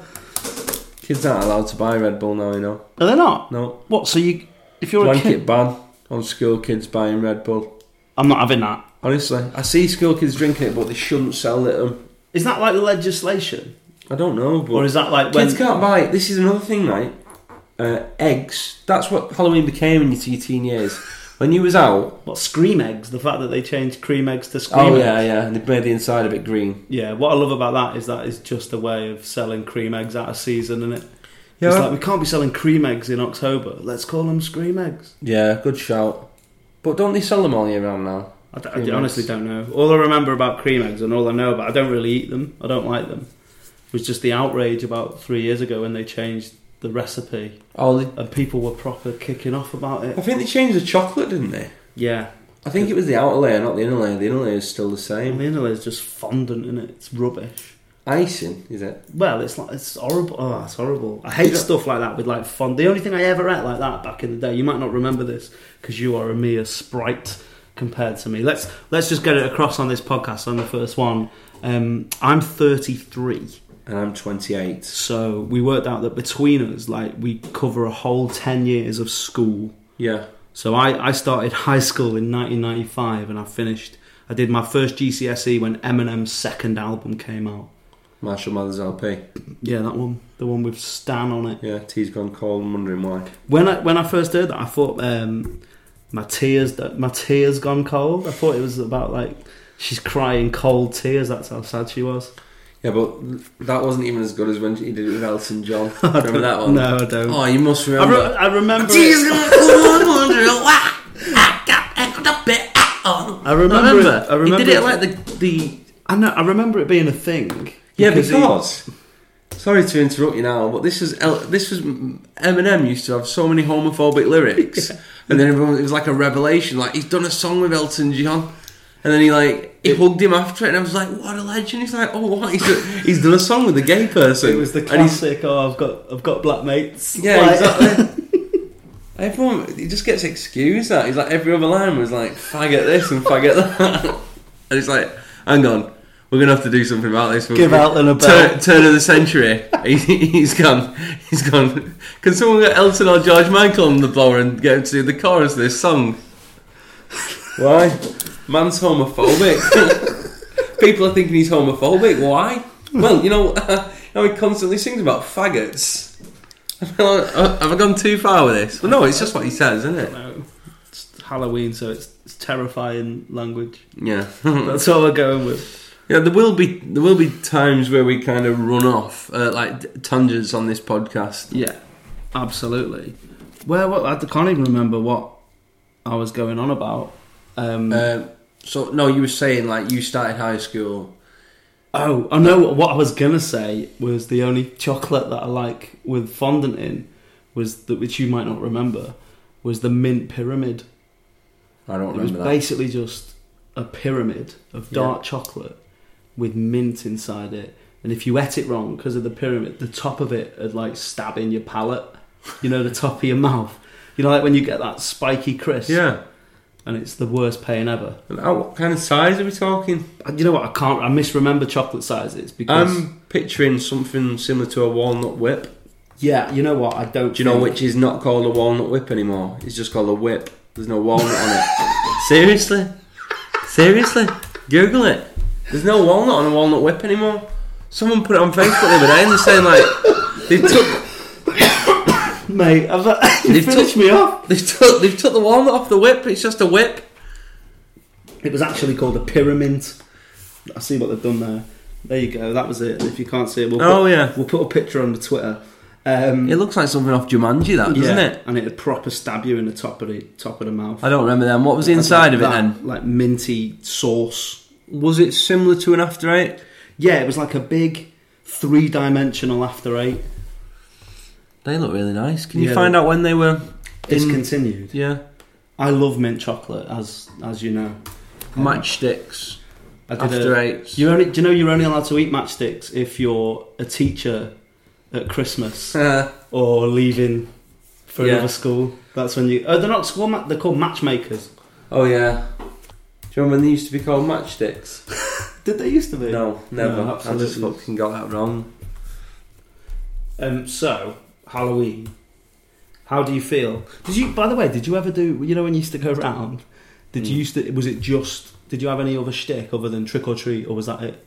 [SPEAKER 3] Kids aren't allowed to buy Red Bull now, you know.
[SPEAKER 2] Are they not?
[SPEAKER 3] No.
[SPEAKER 2] What? So you, if you're a
[SPEAKER 3] Blanket
[SPEAKER 2] kid,
[SPEAKER 3] ban on school kids buying Red Bull.
[SPEAKER 2] I'm not having that.
[SPEAKER 3] Honestly, I see school kids drinking it, but they shouldn't sell it to them.
[SPEAKER 2] Is that like legislation,
[SPEAKER 3] I don't know, but
[SPEAKER 2] or is that like when?
[SPEAKER 3] kids can't buy. it. This is another thing, right? Uh, eggs. That's what Halloween became in your t- teen years. When you was out,
[SPEAKER 2] What scream eggs? The fact that they changed cream eggs to scream
[SPEAKER 3] oh
[SPEAKER 2] eggs.
[SPEAKER 3] yeah, yeah, and they made the inside of it green.
[SPEAKER 2] Yeah, what I love about that is that is just a way of selling cream eggs out of season, and it?
[SPEAKER 3] Yeah.
[SPEAKER 2] It's like we can't be selling cream eggs in October. Let's call them scream eggs.
[SPEAKER 3] Yeah, good shout. But don't they sell them all year round now?
[SPEAKER 2] I, d- I
[SPEAKER 3] Cream
[SPEAKER 2] d- honestly
[SPEAKER 3] eggs.
[SPEAKER 2] don't know. All I remember about cream eggs and all I know about, I don't really eat them. I don't like them. Was just the outrage about three years ago when they changed the recipe
[SPEAKER 3] Oh, they,
[SPEAKER 2] and people were proper kicking off about
[SPEAKER 3] I
[SPEAKER 2] it.
[SPEAKER 3] think they changed the chocolate, didn't they?
[SPEAKER 2] Yeah,
[SPEAKER 3] I think it was the outer layer, not the inner layer. The inner layer is still the
[SPEAKER 2] and
[SPEAKER 3] same.
[SPEAKER 2] the internet is just fondant in it. It's rubbish.
[SPEAKER 3] Icing, is it?
[SPEAKER 2] Well, it's like it's horrible. Oh, it's horrible. I hate
[SPEAKER 3] Yeah.
[SPEAKER 2] stuff like that with like fond. The only thing I ever ate like that back in the day. You might not remember this because you are a mere sprite compared to me. Let's let's just get it across on this podcast. on the first one. Um, I'm 33,
[SPEAKER 3] And I'm 28.
[SPEAKER 2] so we worked out that between us, like we cover a whole 10 years of school.
[SPEAKER 3] Yeah.
[SPEAKER 2] So I, I started high school in 1995, and I finished. I did my first GCSE E when Eminem's second album came out.
[SPEAKER 3] Marshall Mathers LP.
[SPEAKER 2] Yeah, that one, the one with Stan on it.
[SPEAKER 3] Yeah, tea's gone cold. I'm wondering why.
[SPEAKER 2] When I when I first heard that, I thought um, my tears my tears gone cold. I thought it was about like she's crying cold tears. That's how sad she was.
[SPEAKER 3] Yeah, but that wasn't even as good as when he did it with Elton John. Remember that one?
[SPEAKER 2] No, I don't.
[SPEAKER 3] Oh, you must
[SPEAKER 2] I,
[SPEAKER 3] remember.
[SPEAKER 2] re- I remember.
[SPEAKER 3] Tears
[SPEAKER 2] it-
[SPEAKER 3] gone cold. I'm wondering why. I got- I got a bit out on.
[SPEAKER 2] I remember. it- I remember.
[SPEAKER 3] He did it
[SPEAKER 2] it-
[SPEAKER 3] like the the.
[SPEAKER 2] I know. I remember it being a thing.
[SPEAKER 3] Yeah,
[SPEAKER 2] he-
[SPEAKER 3] because. Sorry to interrupt you now, but this was El- this was Eminem used to have so many homophobic lyrics, and then everyone it was like a revelation. Like he's done a song with Elton John, and then he like he hugged him after it, and I was like, "What a legend!" He's like, "Oh, what? He's done, he's done a song with a gay person."
[SPEAKER 2] it was the
[SPEAKER 3] and he's-
[SPEAKER 2] classic. Oh, I've got I've got black mates.
[SPEAKER 3] Yeah,
[SPEAKER 2] Like-
[SPEAKER 3] exactly. Everyone, he just gets excused that. He's like, every other line was like, faggot this and faggot that. and it's like, hang on, we're going to have to do something about this.
[SPEAKER 2] Give Elton a
[SPEAKER 3] Turn,
[SPEAKER 2] bell.
[SPEAKER 3] turn of the century. he, he's gone. He's gone. Can someone get Elton or George Michael on the blower and get him to do the chorus of this song? Why? Man's homophobic. People are thinking he's homophobic. Why? Well, you know, now he constantly sings about faggots. Uh, Have I gone too far with this? Well, no, it's just what he says, isn't it?
[SPEAKER 2] No, Oh, it's Halloween, so it's, it's terrifying language.
[SPEAKER 3] Yeah,
[SPEAKER 2] That's all we're going with.
[SPEAKER 3] yeah. There will be there will be times where we kind of run off uh, like tangents on this podcast.
[SPEAKER 2] Yeah, absolutely. Where what I can't even remember what I was going on about. Um,
[SPEAKER 3] Uh, so no, you were saying like you started high school.
[SPEAKER 2] oh, I know what I was gonna say was the only chocolate that I like with fondant in was that which you might not remember was the mint pyramid.
[SPEAKER 3] I don't
[SPEAKER 2] It was
[SPEAKER 3] remember that.
[SPEAKER 2] basically just a pyramid of
[SPEAKER 3] Yeah.
[SPEAKER 2] dark chocolate with mint inside it. And if you ate it wrong because of the pyramid, the top of it would like stab in your palate. You know, the top of your mouth. You know, like when you get that spiky crisp.
[SPEAKER 3] yeah.
[SPEAKER 2] and it's the worst pain ever.
[SPEAKER 3] And how- what kind of size are we talking?
[SPEAKER 2] And Uh, You know what? I can't. I misremember chocolate sizes because
[SPEAKER 3] I'm picturing something similar to a walnut whip.
[SPEAKER 2] yeah, you know what? I don't.
[SPEAKER 3] Do you know
[SPEAKER 2] think-
[SPEAKER 3] which is not called a walnut whip anymore? It's just called a whip. There's no walnut on it. Seriously? Seriously? Google it. There's no walnut on a walnut whip anymore. Someone put it on Facebook the other day and they're saying like they've took
[SPEAKER 2] mate? I've, you
[SPEAKER 3] They've
[SPEAKER 2] finished
[SPEAKER 3] took-
[SPEAKER 2] me off.
[SPEAKER 3] they've took they've took the walnut off the whip, it's just a whip.
[SPEAKER 2] It was actually called a pyramid. I see what they've done there. There you go. That was it. If you can't see it, we'll
[SPEAKER 3] Oh
[SPEAKER 2] put,
[SPEAKER 3] yeah.
[SPEAKER 2] we'll put a picture on the Twitter. Um,
[SPEAKER 3] It looks like something off Jumanji that, doesn't
[SPEAKER 2] yeah,
[SPEAKER 3] it?
[SPEAKER 2] And it'd proper stab you in the top of the top of the mouth.
[SPEAKER 3] I don't remember then. What was inside of it
[SPEAKER 2] That,
[SPEAKER 3] then?
[SPEAKER 2] like minty sauce.
[SPEAKER 3] Was it similar to an after eight?
[SPEAKER 2] Yeah, it was like a big three dimensional after eight.
[SPEAKER 3] They look really nice. Can
[SPEAKER 2] Yeah,
[SPEAKER 3] you find
[SPEAKER 2] they-
[SPEAKER 3] out when they were? in-
[SPEAKER 2] Discontinued.
[SPEAKER 3] yeah,
[SPEAKER 2] I love mint chocolate, as as you know.
[SPEAKER 3] matchsticks
[SPEAKER 2] I did
[SPEAKER 3] after
[SPEAKER 2] a-
[SPEAKER 3] eights.
[SPEAKER 2] You're only, do you know you're only allowed to eat matchsticks if you're a teacher at Christmas
[SPEAKER 3] Uh,
[SPEAKER 2] or leaving for
[SPEAKER 3] Yeah.
[SPEAKER 2] another school? That's when you. Oh, they're not school. Ma- they're called matchmakers.
[SPEAKER 3] oh yeah. Do you remember when they used to be called matchsticks?
[SPEAKER 2] Did they used to be?
[SPEAKER 3] No, never.
[SPEAKER 2] No,
[SPEAKER 3] I just
[SPEAKER 2] absolutely.
[SPEAKER 3] fucking got that wrong.
[SPEAKER 6] Um, so Halloween. How do you feel?
[SPEAKER 2] Did you? By the way, did you ever do? You know when you used to go round. Did you used to? Was it just? Did you have any other shtick other than trick or treat, or was that it?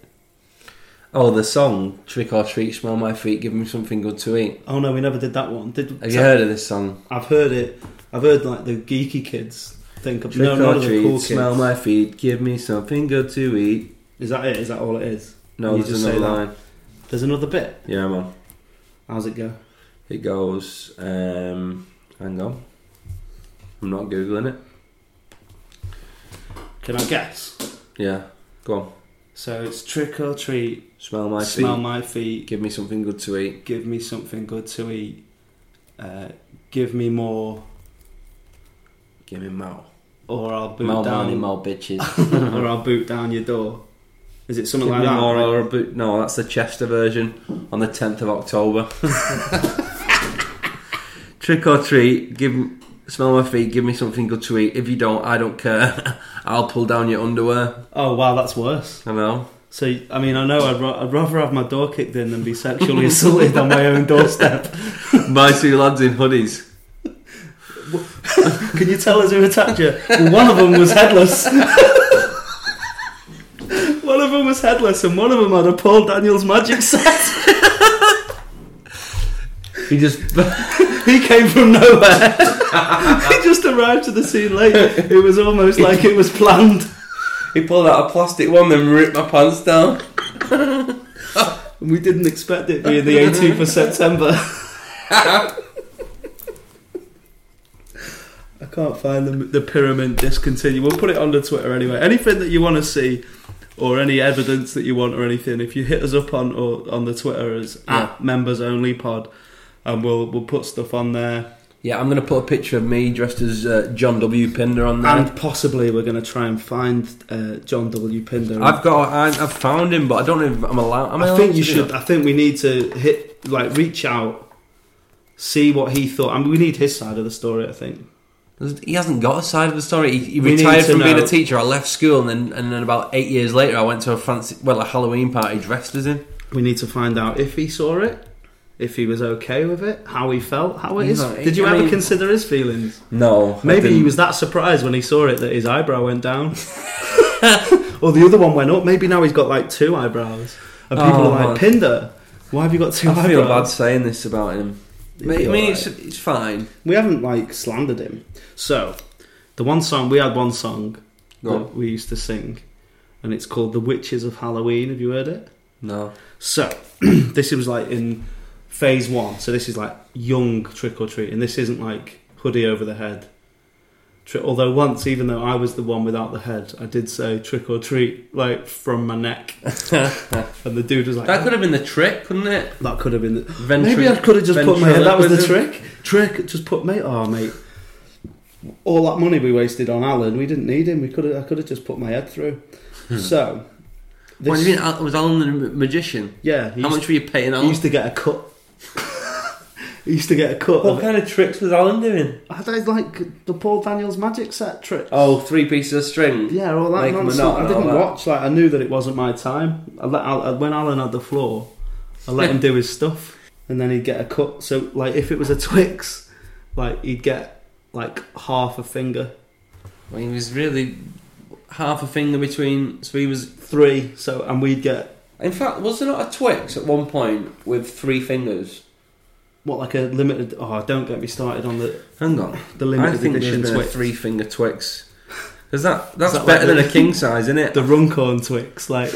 [SPEAKER 3] Oh, the song "Trick or Treat, Smell My Feet, Give Me Something Good to Eat."
[SPEAKER 2] Oh no, we never did that one. Did
[SPEAKER 3] Have you heard of this song?
[SPEAKER 2] I've heard it. I've heard like the geeky kids think of
[SPEAKER 3] Trick
[SPEAKER 2] no, not
[SPEAKER 3] or
[SPEAKER 2] of the
[SPEAKER 3] treat,
[SPEAKER 2] cool kids.
[SPEAKER 3] smell my feet, give me something good to eat.
[SPEAKER 2] Is that it? Is that all it is?
[SPEAKER 3] No,
[SPEAKER 2] You
[SPEAKER 3] there's
[SPEAKER 2] just
[SPEAKER 3] another
[SPEAKER 2] say that.
[SPEAKER 3] line.
[SPEAKER 2] There's another bit.
[SPEAKER 3] Yeah, man.
[SPEAKER 2] How's it go?
[SPEAKER 3] It goes. Um, hang on. I'm not googling it.
[SPEAKER 2] Can I guess?
[SPEAKER 3] Yeah, go on.
[SPEAKER 2] So it's trick or treat.
[SPEAKER 3] Smell my
[SPEAKER 2] smell
[SPEAKER 3] feet,
[SPEAKER 2] my feet.
[SPEAKER 3] give me something good to eat.
[SPEAKER 2] Give me something good to eat. Uh, give me more,
[SPEAKER 3] Give me mal.
[SPEAKER 2] or I'll boot
[SPEAKER 3] Mal
[SPEAKER 2] down.
[SPEAKER 3] money, mal bitches.
[SPEAKER 2] or I'll boot down your door. Is it something
[SPEAKER 3] Give
[SPEAKER 2] like
[SPEAKER 3] me
[SPEAKER 2] that?
[SPEAKER 3] more or a boot. No, that's the Chester version on the 10th of October. Trick or treat, give m- smell my feet, give me something good to eat. If you don't, I don't care. I'll pull down your underwear.
[SPEAKER 2] Oh wow, that's worse.
[SPEAKER 3] I know.
[SPEAKER 2] So I mean, I know I'd, ra- I'd rather have my door kicked in than be sexually assaulted on my own doorstep.
[SPEAKER 3] My two lads in hoodies.
[SPEAKER 2] Can you tell us who attacked you? Well, one of them was headless. one of them was headless, and one of them had a Paul Daniels magic set.
[SPEAKER 3] He just
[SPEAKER 2] He came from nowhere. he just arrived to the scene late. It was almost like it was planned.
[SPEAKER 3] he pulled out a plastic one, then ripped my pants down.
[SPEAKER 2] And we didn't expect it being the 18th of September. I can't find the, the pyramid discontinued. We'll put it on the Twitter anyway. Anything that you want to see, or any evidence that you want, or anything, if you hit us up on or on the Twitter as at members only pod, and we'll we'll put stuff on there.
[SPEAKER 3] Yeah, I'm gonna put a picture of me dressed as uh, John W. Pinder on there.
[SPEAKER 2] And possibly we're going to try and find uh, John W. Pinder.
[SPEAKER 3] I've got, I, I've found him, but I don't know if I'm allowed. Am I,
[SPEAKER 2] I
[SPEAKER 3] allowed
[SPEAKER 2] think you
[SPEAKER 3] to do
[SPEAKER 2] should.
[SPEAKER 3] that?
[SPEAKER 2] I think we need to hit like reach out, see what he thought. I mean, we need his side of the story. I think.
[SPEAKER 3] He hasn't got a side of the story. He, he
[SPEAKER 2] We need
[SPEAKER 3] retired
[SPEAKER 2] to
[SPEAKER 3] from being
[SPEAKER 2] know.
[SPEAKER 3] a teacher. I left school, and then and then about eight years later, I went to a fancy, well, a Halloween party dressed as him.
[SPEAKER 2] We need to find out if he saw it, if he was okay with it, how he felt, how it
[SPEAKER 3] He's
[SPEAKER 2] is.
[SPEAKER 3] not-
[SPEAKER 2] Did you
[SPEAKER 3] I
[SPEAKER 2] ever
[SPEAKER 3] mean-
[SPEAKER 2] consider his feelings?
[SPEAKER 3] No,
[SPEAKER 2] Maybe he was that surprised when he saw it that his eyebrow went down, or the other one went up. Maybe now he's got like two eyebrows, and people
[SPEAKER 3] Oh,
[SPEAKER 2] are like, "Pinder, why have you got two
[SPEAKER 3] I feel bad
[SPEAKER 2] eyebrows?"
[SPEAKER 3] saying this about him.
[SPEAKER 2] He'll be
[SPEAKER 3] I mean,
[SPEAKER 2] alright.
[SPEAKER 3] it's it's fine.
[SPEAKER 2] we haven't like slandered him. So, the one song we had one song
[SPEAKER 3] Go
[SPEAKER 2] that we used to sing, and it's called "The Witches of Halloween." Have you heard it?
[SPEAKER 3] No,
[SPEAKER 2] So, this was like in phase one. So this is like young trick or treat, and this isn't like hoodie over the head. Tri- Although once, even though I was the one without the head, I did say trick or treat like from my neck, and the dude was like, "Oh,
[SPEAKER 3] that could have been the trick, couldn't it?
[SPEAKER 2] that could have been." The-
[SPEAKER 3] Ventri-
[SPEAKER 2] Maybe I could have just put my head. That was the
[SPEAKER 3] ventriloquism.
[SPEAKER 2] trick. Trick. Just put mate. Oh mate. All that money we wasted on Alan, we didn't need him. We could have. I could have just put my head through. so.
[SPEAKER 3] Hmm. What do
[SPEAKER 2] this-
[SPEAKER 3] you mean? Al- Was Alan the ma- magician?
[SPEAKER 2] Yeah. He
[SPEAKER 3] How
[SPEAKER 2] used,
[SPEAKER 3] much were you paying
[SPEAKER 2] he
[SPEAKER 3] Alan?
[SPEAKER 2] used to get a cut. he used to get a cut. Of,
[SPEAKER 3] kind of tricks was Alan doing?
[SPEAKER 2] I don't like the Paul Daniels magic set trick.
[SPEAKER 3] Oh, three pieces of string.
[SPEAKER 2] Yeah, all that
[SPEAKER 3] Make 'em a
[SPEAKER 2] nonsense.
[SPEAKER 3] knot
[SPEAKER 2] I
[SPEAKER 3] and
[SPEAKER 2] didn't
[SPEAKER 3] all that.
[SPEAKER 2] watch. Like I knew that it wasn't my time. I let Al- when Alan had the floor, I let him do his stuff, and then he'd get a cut. So like if it was a Twix, like he'd get like half a finger,
[SPEAKER 3] Well, he was really half a finger between. So he was.
[SPEAKER 2] three. So and we'd get
[SPEAKER 3] In fact, was there not a Twix at one point with three fingers?
[SPEAKER 2] what like a limited. Oh, don't get me started on the
[SPEAKER 3] Hang on,
[SPEAKER 2] the limited
[SPEAKER 3] I think there's
[SPEAKER 2] edition
[SPEAKER 3] been
[SPEAKER 2] Twix,
[SPEAKER 3] a three finger Twix. Because that that's
[SPEAKER 2] that like
[SPEAKER 3] better than
[SPEAKER 2] the-
[SPEAKER 3] a king size, isn't it?
[SPEAKER 2] the Runcorn Twix, like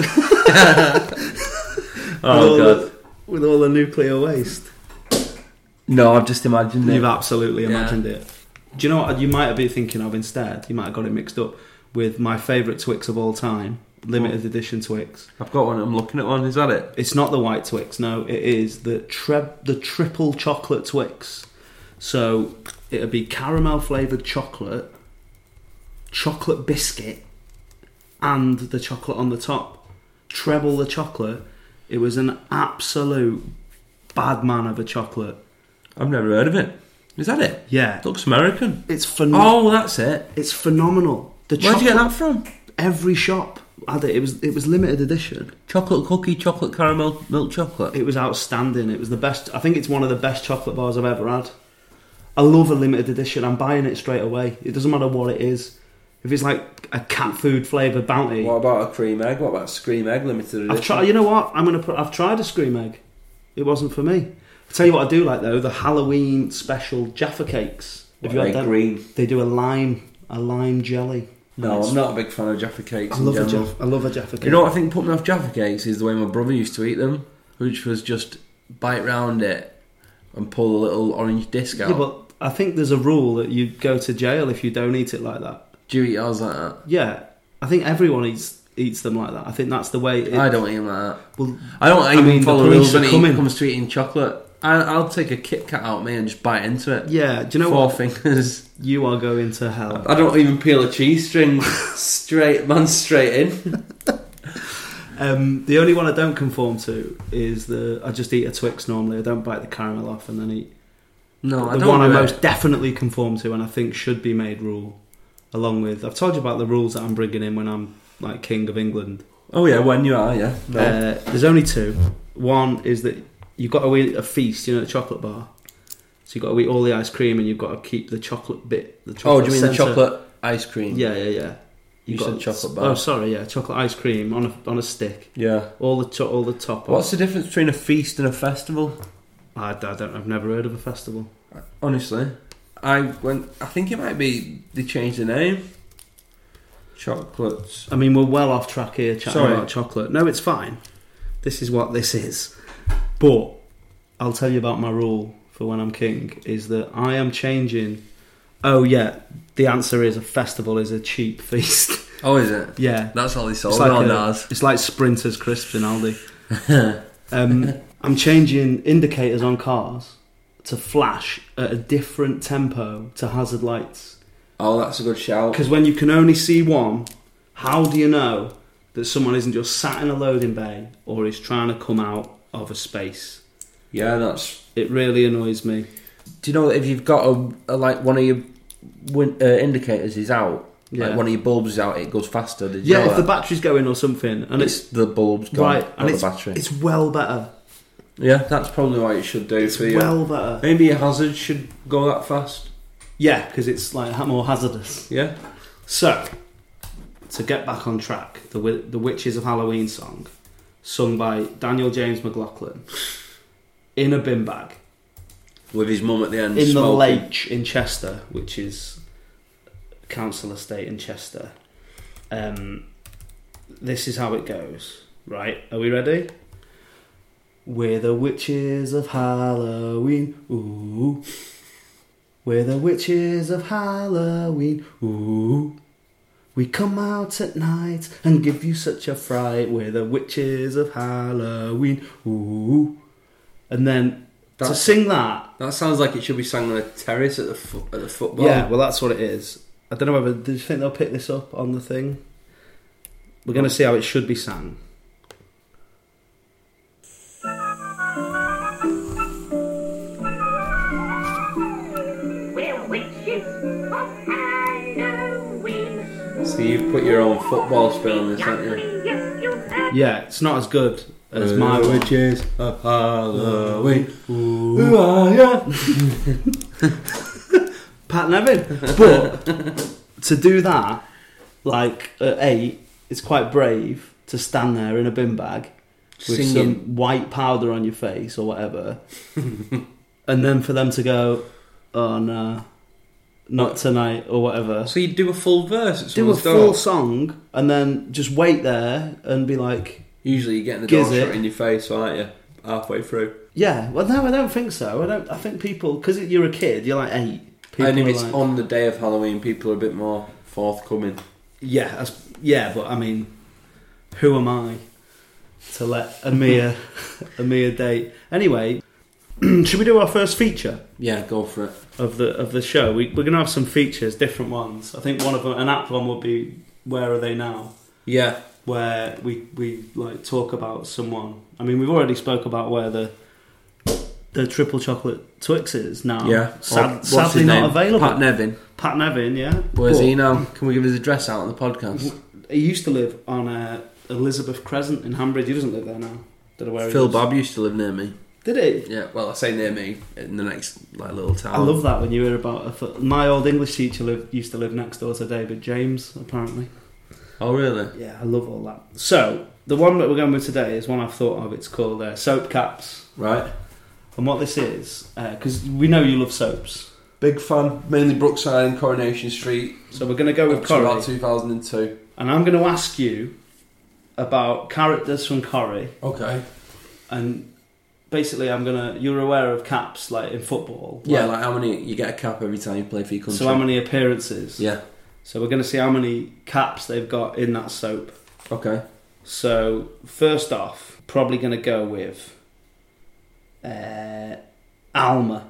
[SPEAKER 3] oh
[SPEAKER 2] with, all
[SPEAKER 3] god,
[SPEAKER 2] the, with all the nuclear waste.
[SPEAKER 3] no! I've just imagined
[SPEAKER 2] You've
[SPEAKER 3] it.
[SPEAKER 2] absolutely
[SPEAKER 3] Yeah.
[SPEAKER 2] imagined it. Do you know what you might have been thinking of instead? You might have got it mixed up with my favourite Twix of all time, limited edition Twix.
[SPEAKER 7] I've got one. I'm looking at one. Is that it?
[SPEAKER 2] It's not the white Twix. No, it is the tre- the triple chocolate Twix. So it'll be caramel flavored chocolate, chocolate biscuit, and the chocolate on the top. Treble the chocolate. It was an absolute bad man of a chocolate.
[SPEAKER 7] I've never heard of it. Is that it?
[SPEAKER 2] Yeah,
[SPEAKER 7] It looks American.
[SPEAKER 2] it's phenomenal.
[SPEAKER 7] Oh, that's it.
[SPEAKER 2] It's phenomenal. The
[SPEAKER 7] Where'd
[SPEAKER 2] Mm. chocolate,
[SPEAKER 7] you get that from?
[SPEAKER 2] every shop had it. It was it was limited edition.
[SPEAKER 7] Chocolate cookie, chocolate caramel, milk chocolate.
[SPEAKER 2] It was outstanding. It was the best. I think it's one of the best chocolate bars I've ever had. I love a limited edition. I'm buying it straight away. It doesn't matter what it is. If it's like a cat food flavour bounty,
[SPEAKER 3] What about a cream egg? What about a scream egg limited edition?
[SPEAKER 2] I've tried. You know what? I'm gonna put. I've tried a scream egg. It wasn't for me. I tell you what I do like though. The Halloween special Jaffa cakes. Have you
[SPEAKER 3] Are
[SPEAKER 2] had
[SPEAKER 3] they
[SPEAKER 2] them?
[SPEAKER 3] green?
[SPEAKER 2] They do a lime, a lime jelly.
[SPEAKER 3] No, I'm not a big fan of Jaffa cakes.
[SPEAKER 2] I
[SPEAKER 3] in
[SPEAKER 2] love a
[SPEAKER 3] general.
[SPEAKER 2] Jaffa. I love a Jaffa cake.
[SPEAKER 3] You know what I think put me off Jaffa cakes is the way my brother used to eat them, which was just bite round it and pull a little orange disc out.
[SPEAKER 2] Yeah, but I think there's a rule that you go to jail if you don't eat it like that.
[SPEAKER 3] Do you eat ours like that?
[SPEAKER 2] Yeah, I think everyone eats eats them like that. I think that's the way. It,
[SPEAKER 3] I don't eat them like that.
[SPEAKER 2] Well,
[SPEAKER 3] I don't
[SPEAKER 2] I
[SPEAKER 3] even
[SPEAKER 2] mean, the
[SPEAKER 3] follow
[SPEAKER 2] police
[SPEAKER 3] rules
[SPEAKER 2] are
[SPEAKER 3] when it
[SPEAKER 2] coming.
[SPEAKER 3] comes to eating chocolate. I, I'll take a Kit Kat out of me and just bite into it.
[SPEAKER 2] yeah. Do you know
[SPEAKER 3] Four
[SPEAKER 2] what?
[SPEAKER 3] fingers.
[SPEAKER 2] You are going to hell.
[SPEAKER 3] I don't even peel a cheese string. straight, man, straight in.
[SPEAKER 2] Um, the only one I don't conform to is the. I just eat a Twix normally. I don't bite the caramel off and then eat.
[SPEAKER 3] No, I
[SPEAKER 2] the one
[SPEAKER 3] don't. do
[SPEAKER 2] I
[SPEAKER 3] it.
[SPEAKER 2] most definitely conform to, and I think should be made rule, along with I've told you about the rules that I'm bringing in when I'm like king of England.
[SPEAKER 3] Oh yeah, when you are, yeah. No.
[SPEAKER 2] Uh, there's only two. One is that you've got to eat a feast, you know, the chocolate bar. So you've got to eat all the ice cream and you've got to keep the chocolate bit. The
[SPEAKER 3] oh,
[SPEAKER 2] chocolate
[SPEAKER 3] do you mean the
[SPEAKER 2] centre.
[SPEAKER 3] chocolate ice cream?
[SPEAKER 2] Yeah, yeah, yeah.
[SPEAKER 3] You
[SPEAKER 2] got
[SPEAKER 3] said
[SPEAKER 2] a-
[SPEAKER 3] chocolate bar.
[SPEAKER 2] Oh, sorry, yeah, chocolate ice cream on a on a stick.
[SPEAKER 3] Yeah.
[SPEAKER 2] All the to- all the top. off.
[SPEAKER 3] What's the difference between a feast and a festival?
[SPEAKER 2] I, I don't. I've never heard of a festival.
[SPEAKER 3] Honestly, I went. I think it might be they changed the name. Chocolates.
[SPEAKER 2] I mean, we're well off track here chatting
[SPEAKER 3] Sorry.
[SPEAKER 2] about chocolate. No, it's fine. This is what this is. But I'll tell you about my rule for when I'm king is that I am changing. Oh yeah, the answer is a festival is a cheap feast.
[SPEAKER 3] Oh, is it?
[SPEAKER 2] yeah,
[SPEAKER 3] That's all they sold
[SPEAKER 2] it's like
[SPEAKER 3] on
[SPEAKER 2] a-
[SPEAKER 3] ours.
[SPEAKER 2] It's like Sprinter's crisps in Aldi. um, I'm changing indicators on cars to flash at a different tempo to hazard lights.
[SPEAKER 3] Oh, that's a good shout.
[SPEAKER 2] Because when you can only see one, how do you know that someone isn't just sat in a loading bay or is trying to come out of a space?
[SPEAKER 3] Yeah, that's.
[SPEAKER 2] It really annoys me.
[SPEAKER 7] Do you know that if you've got a, a like one of your win, uh, indicators is out,
[SPEAKER 2] Yeah.
[SPEAKER 7] like one of your bulbs is out, it goes faster. Did you
[SPEAKER 2] yeah,
[SPEAKER 7] know
[SPEAKER 2] if the
[SPEAKER 7] that?
[SPEAKER 2] battery's going or something, and uh, it's,
[SPEAKER 7] it's the bulb's gone,
[SPEAKER 2] right,
[SPEAKER 7] not
[SPEAKER 2] and
[SPEAKER 7] the
[SPEAKER 2] it's
[SPEAKER 7] battery.
[SPEAKER 2] it's well better.
[SPEAKER 3] Yeah, that's probably what it should do
[SPEAKER 2] It's
[SPEAKER 3] for you.
[SPEAKER 2] well better.
[SPEAKER 3] Maybe your hazard should go that fast.
[SPEAKER 2] Yeah, because it's like ha- more hazardous.
[SPEAKER 3] Yeah.
[SPEAKER 2] So, to get back on track, the Wi- the Witches of Halloween song, sung by Daniel James McLaughlin, in a bin bag.
[SPEAKER 3] With his mum at the end.
[SPEAKER 2] in the
[SPEAKER 3] smoking.
[SPEAKER 2] Lake in Chester, which is council estate in Chester. Um, this is how it goes, right? Are we ready? We're the witches of Halloween, ooh. We're the witches of Halloween, ooh. We come out at night and give you such a fright. We're the witches of Halloween, ooh. And then to
[SPEAKER 3] That's-
[SPEAKER 2] sing that,
[SPEAKER 3] That sounds like it should be sang on a terrace at the fo- at the football.
[SPEAKER 2] yeah, well, that's what it is. I don't know whether. Do you think they'll pick this up on the thing? We're going to see how it should be sang.
[SPEAKER 8] We're witches of Halloween.
[SPEAKER 3] So you've put your own football spin on this, haven't you?
[SPEAKER 8] Yes, you have.
[SPEAKER 2] Yeah, it's not as good as my one.
[SPEAKER 3] witches of Halloween.
[SPEAKER 2] Who are ya? Pat Nevin. But to do that, like at eight, it's quite brave to stand there in a bin bag with
[SPEAKER 3] Singing.
[SPEAKER 2] some white powder on your face or whatever, and then for them to go, "Oh no, not tonight" or whatever.
[SPEAKER 3] So you do a full verse. At
[SPEAKER 2] do a
[SPEAKER 3] someone's
[SPEAKER 2] full
[SPEAKER 3] door.
[SPEAKER 2] song and then just wait there and be like,
[SPEAKER 3] Usually you're getting the door
[SPEAKER 2] Gizzard.
[SPEAKER 3] shut in your face, aren't you? Halfway through.
[SPEAKER 2] yeah, well, no, I don't think so. I don't. I think people because you're a kid, you're like eight. People
[SPEAKER 3] and if
[SPEAKER 2] are
[SPEAKER 3] it's
[SPEAKER 2] like-
[SPEAKER 3] on the day of Halloween, people are a bit more forthcoming.
[SPEAKER 2] yeah, that's, yeah, but I mean, who am I to let a mere a mere date? Anyway, should we do our first feature
[SPEAKER 3] Yeah, go for it.
[SPEAKER 2] of the of the show? We, we're going to have some features, different ones. I think one of them, an apt one, would be where are they now?
[SPEAKER 3] Yeah,
[SPEAKER 2] Where we we like talk about someone. I mean, we've already spoke about where the the triple chocolate Twix is now.
[SPEAKER 3] yeah.
[SPEAKER 2] Sad,
[SPEAKER 3] Or- what's
[SPEAKER 2] sadly
[SPEAKER 3] his
[SPEAKER 2] not
[SPEAKER 3] name?
[SPEAKER 2] available.
[SPEAKER 3] Pat Nevin.
[SPEAKER 2] Pat Nevin, yeah.
[SPEAKER 3] Where's
[SPEAKER 2] But-
[SPEAKER 3] he now? Can we give his address out on the podcast?
[SPEAKER 2] He used to live on uh, Elizabeth Crescent in Hanbridge. He doesn't live there now. Don't know where
[SPEAKER 3] Phil
[SPEAKER 2] he lives.
[SPEAKER 3] Bob used to live near me.
[SPEAKER 2] Did he?
[SPEAKER 3] Yeah, well, I say near me in the next like little town.
[SPEAKER 2] I love that when you hear about. A th- my old English teacher lived, used to live next door to David James, apparently.
[SPEAKER 3] Oh really?
[SPEAKER 2] Yeah, I love all that. So, the one that we're going with today is one I've thought of. It's called uh, Soap Caps.
[SPEAKER 3] Right.
[SPEAKER 2] And what this is, because we know you love soaps.
[SPEAKER 3] Big fan, mainly Brookside and Coronation Street.
[SPEAKER 2] So, we're going to go
[SPEAKER 3] Up
[SPEAKER 2] with
[SPEAKER 3] to about
[SPEAKER 2] Corrie.
[SPEAKER 3] 2002.
[SPEAKER 2] And I'm going to ask you about characters from Corrie.
[SPEAKER 3] Okay.
[SPEAKER 2] And basically, I'm going to. You're aware of caps, like in football.
[SPEAKER 3] Yeah, like how many you get a cap every time you play for your country?
[SPEAKER 2] So, how many appearances?
[SPEAKER 3] Yeah.
[SPEAKER 2] So we're going to see how many caps they've got in that soap.
[SPEAKER 3] Okay.
[SPEAKER 2] So first off, probably going to go with uh, Alma.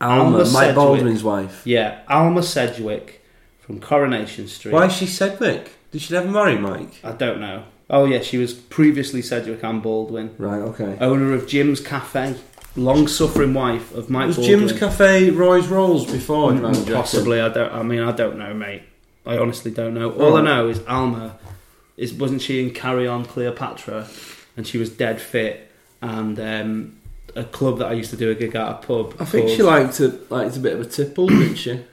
[SPEAKER 3] Alma,
[SPEAKER 2] Alma
[SPEAKER 3] Mike
[SPEAKER 2] Sedgwick.
[SPEAKER 3] Baldwin's wife.
[SPEAKER 2] Yeah, Alma Sedgwick from Coronation Street.
[SPEAKER 3] Why is she Sedgwick? Did she never marry Mike?
[SPEAKER 2] I don't know. Oh yeah, she was previously Sedgwick and Baldwin,
[SPEAKER 3] Right. Okay.
[SPEAKER 2] owner of Jim's Cafe, long-suffering wife of Mike
[SPEAKER 3] was
[SPEAKER 2] Baldwin. Mm,
[SPEAKER 3] Jim's Cafe Roy's Rolls before? Drowned Jackson?
[SPEAKER 2] Possibly, I don't. I mean, I don't know, mate. I honestly don't know. All I know is Alma is wasn't she in Carry On Cleopatra, and she was dead fit, and um, a club that I used to do a gig at a pub.
[SPEAKER 3] I think she
[SPEAKER 2] called-
[SPEAKER 3] liked a liked a bit of a tipple, didn't she?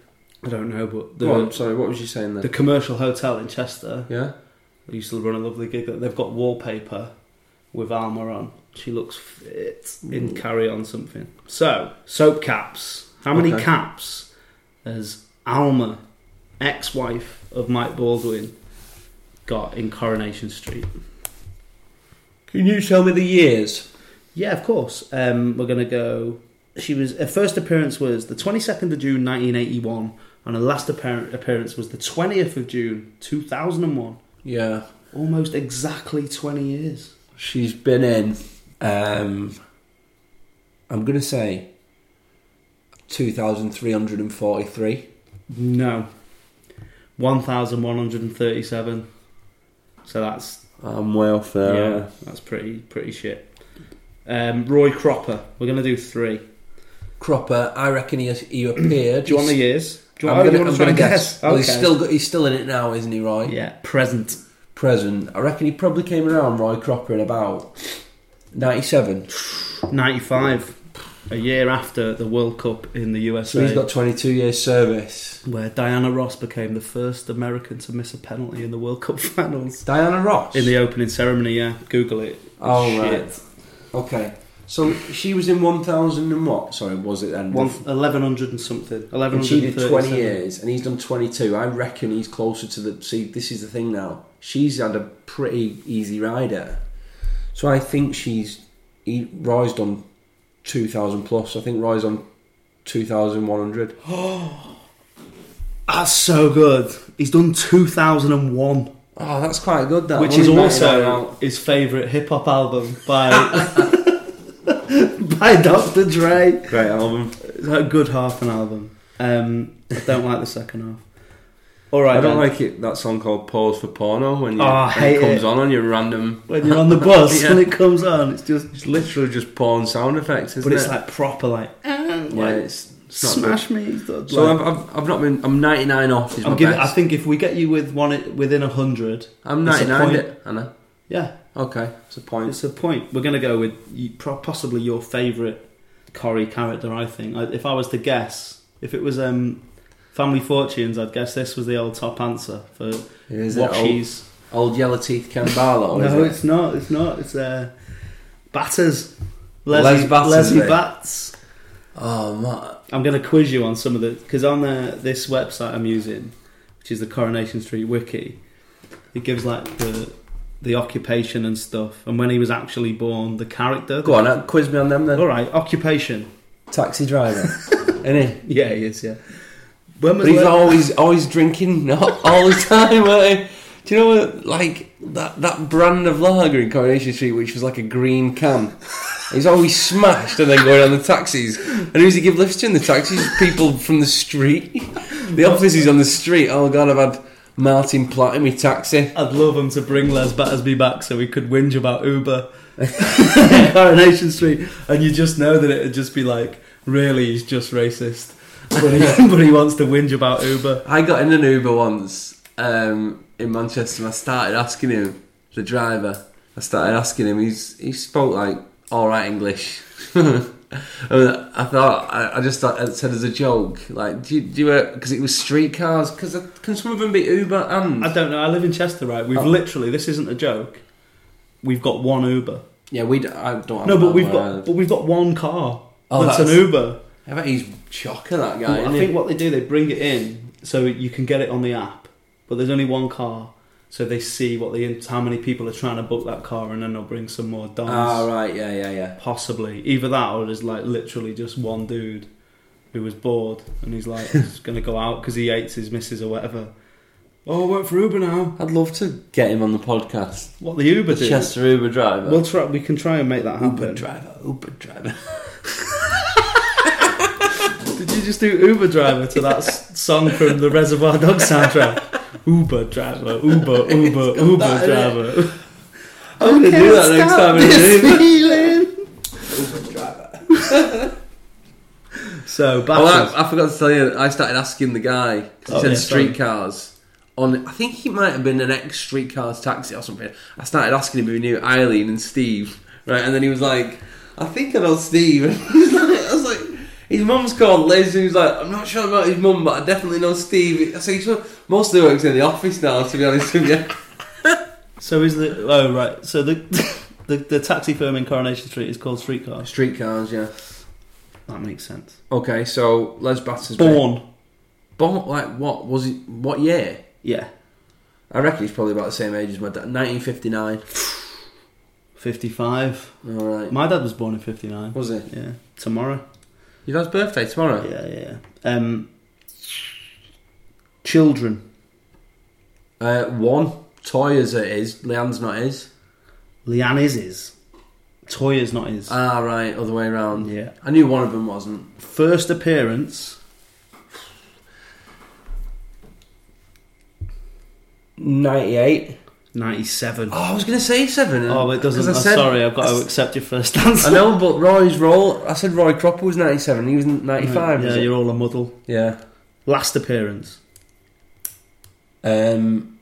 [SPEAKER 2] I don't know, but the
[SPEAKER 3] Oh, I'm sorry. What was she saying
[SPEAKER 2] the
[SPEAKER 3] then?
[SPEAKER 2] commercial hotel in Chester.
[SPEAKER 3] Yeah.
[SPEAKER 2] I used to run a lovely gig. that They've got wallpaper with Alma on. She looks fit in Carry On something. So soap caps. How many
[SPEAKER 3] Okay.
[SPEAKER 2] caps has Alma, ex-wife of Mike Baldwin, got in Coronation Street?
[SPEAKER 3] Can you tell me the years?
[SPEAKER 2] Yeah, of course. Um, we're gonna go. She was her first appearance was the twenty second of June nineteen eighty one, and her last appear- appearance was the twentieth of June two thousand and one.
[SPEAKER 3] Yeah.
[SPEAKER 2] Almost exactly twenty years.
[SPEAKER 3] She's been in. Um, I'm gonna say. Two thousand three hundred and forty-three.
[SPEAKER 2] No. 1137. So that's
[SPEAKER 3] I'm well fair.
[SPEAKER 2] yeah, that's pretty pretty shit. Um, Roy Cropper. We're going to do 3. Do
[SPEAKER 3] Cropper, I reckon he, he appeared.
[SPEAKER 2] you want the years? Do you
[SPEAKER 3] I'm
[SPEAKER 2] want, oh,
[SPEAKER 3] gonna,
[SPEAKER 2] you want
[SPEAKER 3] I'm
[SPEAKER 2] to try
[SPEAKER 3] gonna
[SPEAKER 2] and
[SPEAKER 3] guess.
[SPEAKER 2] guess?
[SPEAKER 3] Well, he's
[SPEAKER 2] Okay.
[SPEAKER 3] still got, he's still in it now, isn't he, Roy?
[SPEAKER 2] Yeah, present.
[SPEAKER 3] Present. I reckon he probably came around Roy Cropper in about ninety-seven.
[SPEAKER 2] 95. A year after the World Cup in the
[SPEAKER 3] So
[SPEAKER 2] USA,
[SPEAKER 3] he's got twenty-two years service.
[SPEAKER 2] where Diana Ross became the first American to miss a penalty in the World Cup finals.
[SPEAKER 3] Diana Ross.
[SPEAKER 2] In the opening ceremony, yeah. Google it.
[SPEAKER 3] oh
[SPEAKER 2] Shit.
[SPEAKER 3] right. Okay. So she was in one thousand and what? Sorry, was it then?
[SPEAKER 2] One, 1100 and something.
[SPEAKER 3] And she did
[SPEAKER 2] 1137.
[SPEAKER 3] twenty years, and he's done twenty-two. I reckon he's closer to the. See, this is the thing now. She's had a pretty easy rider, so I think she's. He, Roy's done two thousand plus. I think Roy's on two thousand one hundred.
[SPEAKER 2] That's so good. He's done 2001.
[SPEAKER 3] Oh, that's quite good. That
[SPEAKER 2] which
[SPEAKER 3] Only
[SPEAKER 2] is
[SPEAKER 3] 99
[SPEAKER 2] also
[SPEAKER 3] out.
[SPEAKER 2] his favourite hip hop album by by Dr. Dre.
[SPEAKER 3] great album.
[SPEAKER 2] It's a good half an album. Um, I don't like the second half. All right,
[SPEAKER 3] I don't
[SPEAKER 2] then.
[SPEAKER 3] like it. That song called "Pause for Porno" when, you,
[SPEAKER 2] Oh, I
[SPEAKER 3] when it
[SPEAKER 2] hate
[SPEAKER 3] comes
[SPEAKER 2] it.
[SPEAKER 3] on on your random.
[SPEAKER 2] when you're on the bus
[SPEAKER 3] Yeah.
[SPEAKER 2] and it comes on. It's just,
[SPEAKER 3] It's literally just porn sound effects, isn't
[SPEAKER 2] but it's
[SPEAKER 3] it?
[SPEAKER 2] like proper like, eh,
[SPEAKER 3] yeah,
[SPEAKER 2] like
[SPEAKER 3] it's, it's not
[SPEAKER 2] smash me.
[SPEAKER 3] good. So I've, I've, I've not been. I'm 99 off. Is
[SPEAKER 2] am
[SPEAKER 3] my
[SPEAKER 2] giving. I
[SPEAKER 3] best.
[SPEAKER 2] think if we get you with one within a hundred,
[SPEAKER 3] I'm
[SPEAKER 2] it's a
[SPEAKER 3] 99.
[SPEAKER 2] point.
[SPEAKER 3] it- I know.
[SPEAKER 2] yeah,
[SPEAKER 3] Okay, it's a point.
[SPEAKER 2] it's a point. We're gonna go with you, pro- possibly your favourite Corrie character. I think I, if I was to guess, if it was um, Family Fortunes, I'd guess this was the old top answer for
[SPEAKER 3] Is
[SPEAKER 2] what
[SPEAKER 3] it old-
[SPEAKER 2] she's.
[SPEAKER 3] Old yellow teeth Ken Barlow. is
[SPEAKER 2] no,
[SPEAKER 3] it?
[SPEAKER 2] it's not. It's not. It's uh, Batters.
[SPEAKER 3] Les
[SPEAKER 2] Leslie
[SPEAKER 3] Batters,
[SPEAKER 2] Leslie
[SPEAKER 3] mate.
[SPEAKER 2] Bats.
[SPEAKER 3] Oh, Matt.
[SPEAKER 2] I'm going to quiz you on some of the because on uh, this website I'm using, which is the Coronation Street Wiki, it gives like the the occupation and stuff, and when he was actually born, the character.
[SPEAKER 3] Go on, uh, quiz me on them then.
[SPEAKER 2] All right, occupation.
[SPEAKER 3] Taxi driver. Isn't he?
[SPEAKER 2] Yeah, he is. Yeah. When was
[SPEAKER 3] But he's
[SPEAKER 2] the-
[SPEAKER 3] always always drinking, not all the time, weren't he? Do you know what, like that that brand of lager in Coronation Street, which was like a green can? It was always smashed and then going on the taxis. And who's he give lifts to in the taxis? People from the street. The office is on the street. Oh god, I've had Martin Platt in my taxi.
[SPEAKER 2] I'd love him to bring Les Battersby back so we could whinge about Uber in Coronation Street, and you just know that it'd just be like, really, he's just racist, but he, but he wants to whinge about Uber.
[SPEAKER 3] I got in an Uber once um, in Manchester and I started asking him, the driver, I started asking him, he's, he spoke like alright English. and I thought, I, I just thought, I said as a joke, like, do you, do you, because it was streetcars, because can some of them be Uber and.
[SPEAKER 2] I don't know. I live in Chester, right? We've literally this isn't a joke. We've got one Uber.
[SPEAKER 3] yeah, we d- I don't have
[SPEAKER 2] No,
[SPEAKER 3] that
[SPEAKER 2] but we've
[SPEAKER 3] one
[SPEAKER 2] got
[SPEAKER 3] either.
[SPEAKER 2] but we've got one car.
[SPEAKER 3] Oh,
[SPEAKER 2] Oh, that's, an
[SPEAKER 3] that's-
[SPEAKER 2] Uber.
[SPEAKER 3] I bet he's chocker, that guy.
[SPEAKER 2] I
[SPEAKER 3] isn't he?
[SPEAKER 2] think what they do, they bring it in so you can get it on the app, but there's only one car, so they see what the how many people are trying to book that car, and then they'll bring some more dons.
[SPEAKER 3] Ah, right, yeah, yeah, yeah.
[SPEAKER 2] Possibly either that or there's like literally just one dude who was bored and he's like just gonna go out because he hates his missus or whatever. Oh, I work for Uber now.
[SPEAKER 3] I'd love to get him on the podcast.
[SPEAKER 2] What the Uber
[SPEAKER 3] The
[SPEAKER 2] do?
[SPEAKER 3] Chester Uber driver.
[SPEAKER 2] We'll try. We can try and make that happen.
[SPEAKER 3] Uber driver, Uber driver.
[SPEAKER 2] Did you just do Uber driver to that s- song from the Reservoir Dogs soundtrack? Uber driver, Uber, Uber, Uber
[SPEAKER 3] that in
[SPEAKER 2] driver.
[SPEAKER 3] I'm gonna do that next time. in an Uber.
[SPEAKER 2] So back
[SPEAKER 3] Oh, I, I forgot to tell you. I started asking the guy 'cause he
[SPEAKER 2] Oh,
[SPEAKER 3] said
[SPEAKER 2] yeah, sorry.
[SPEAKER 3] streetcars. On, I think he might have been an ex streetcars taxi or something. I started asking him if he knew Eileen and Steve, right? And then he was like, "I think I know Steve." And he was like, I was like, "His mum's called Liz." And he was like, "I'm not sure about his mum, but I definitely know Steve." I said, "He's mostly works in the office now." To be honest with you,
[SPEAKER 2] so is the oh right. So the, the the taxi firm in Coronation Street is called Streetcar.
[SPEAKER 3] streetcars, yeah.
[SPEAKER 2] That makes sense.
[SPEAKER 3] Okay, so Les Batters
[SPEAKER 2] Born.
[SPEAKER 3] born like what was it? What year?
[SPEAKER 2] Yeah.
[SPEAKER 3] I reckon he's probably about the same age as my dad. 1959.
[SPEAKER 2] Fifty-five.
[SPEAKER 3] All right.
[SPEAKER 2] My dad was born in fifty-nine.
[SPEAKER 3] Was it?
[SPEAKER 2] Yeah. Tomorrow.
[SPEAKER 3] Your dad's birthday tomorrow.
[SPEAKER 2] Yeah, yeah. yeah. Um. Children.
[SPEAKER 3] Uh, one Toya's it is. Leanne's not his.
[SPEAKER 2] Leanne is his. Toya's not his.
[SPEAKER 3] Ah, right, other way around.
[SPEAKER 2] Yeah.
[SPEAKER 3] I knew one of them wasn't.
[SPEAKER 2] First appearance.
[SPEAKER 3] 98.
[SPEAKER 2] Ninety-seven.
[SPEAKER 3] Oh, I was going to say seven. and-
[SPEAKER 2] Oh, it doesn't.
[SPEAKER 3] 'cause Um, I
[SPEAKER 2] I'm
[SPEAKER 3] said-
[SPEAKER 2] sorry, I've got
[SPEAKER 3] I
[SPEAKER 2] to
[SPEAKER 3] s-
[SPEAKER 2] accept your first answer.
[SPEAKER 3] I know, but Roy's role. I said Roy Cropper was 97. He was 95.
[SPEAKER 2] Yeah,
[SPEAKER 3] was it?
[SPEAKER 2] you're all a muddle.
[SPEAKER 3] yeah.
[SPEAKER 2] Last appearance.
[SPEAKER 3] Um,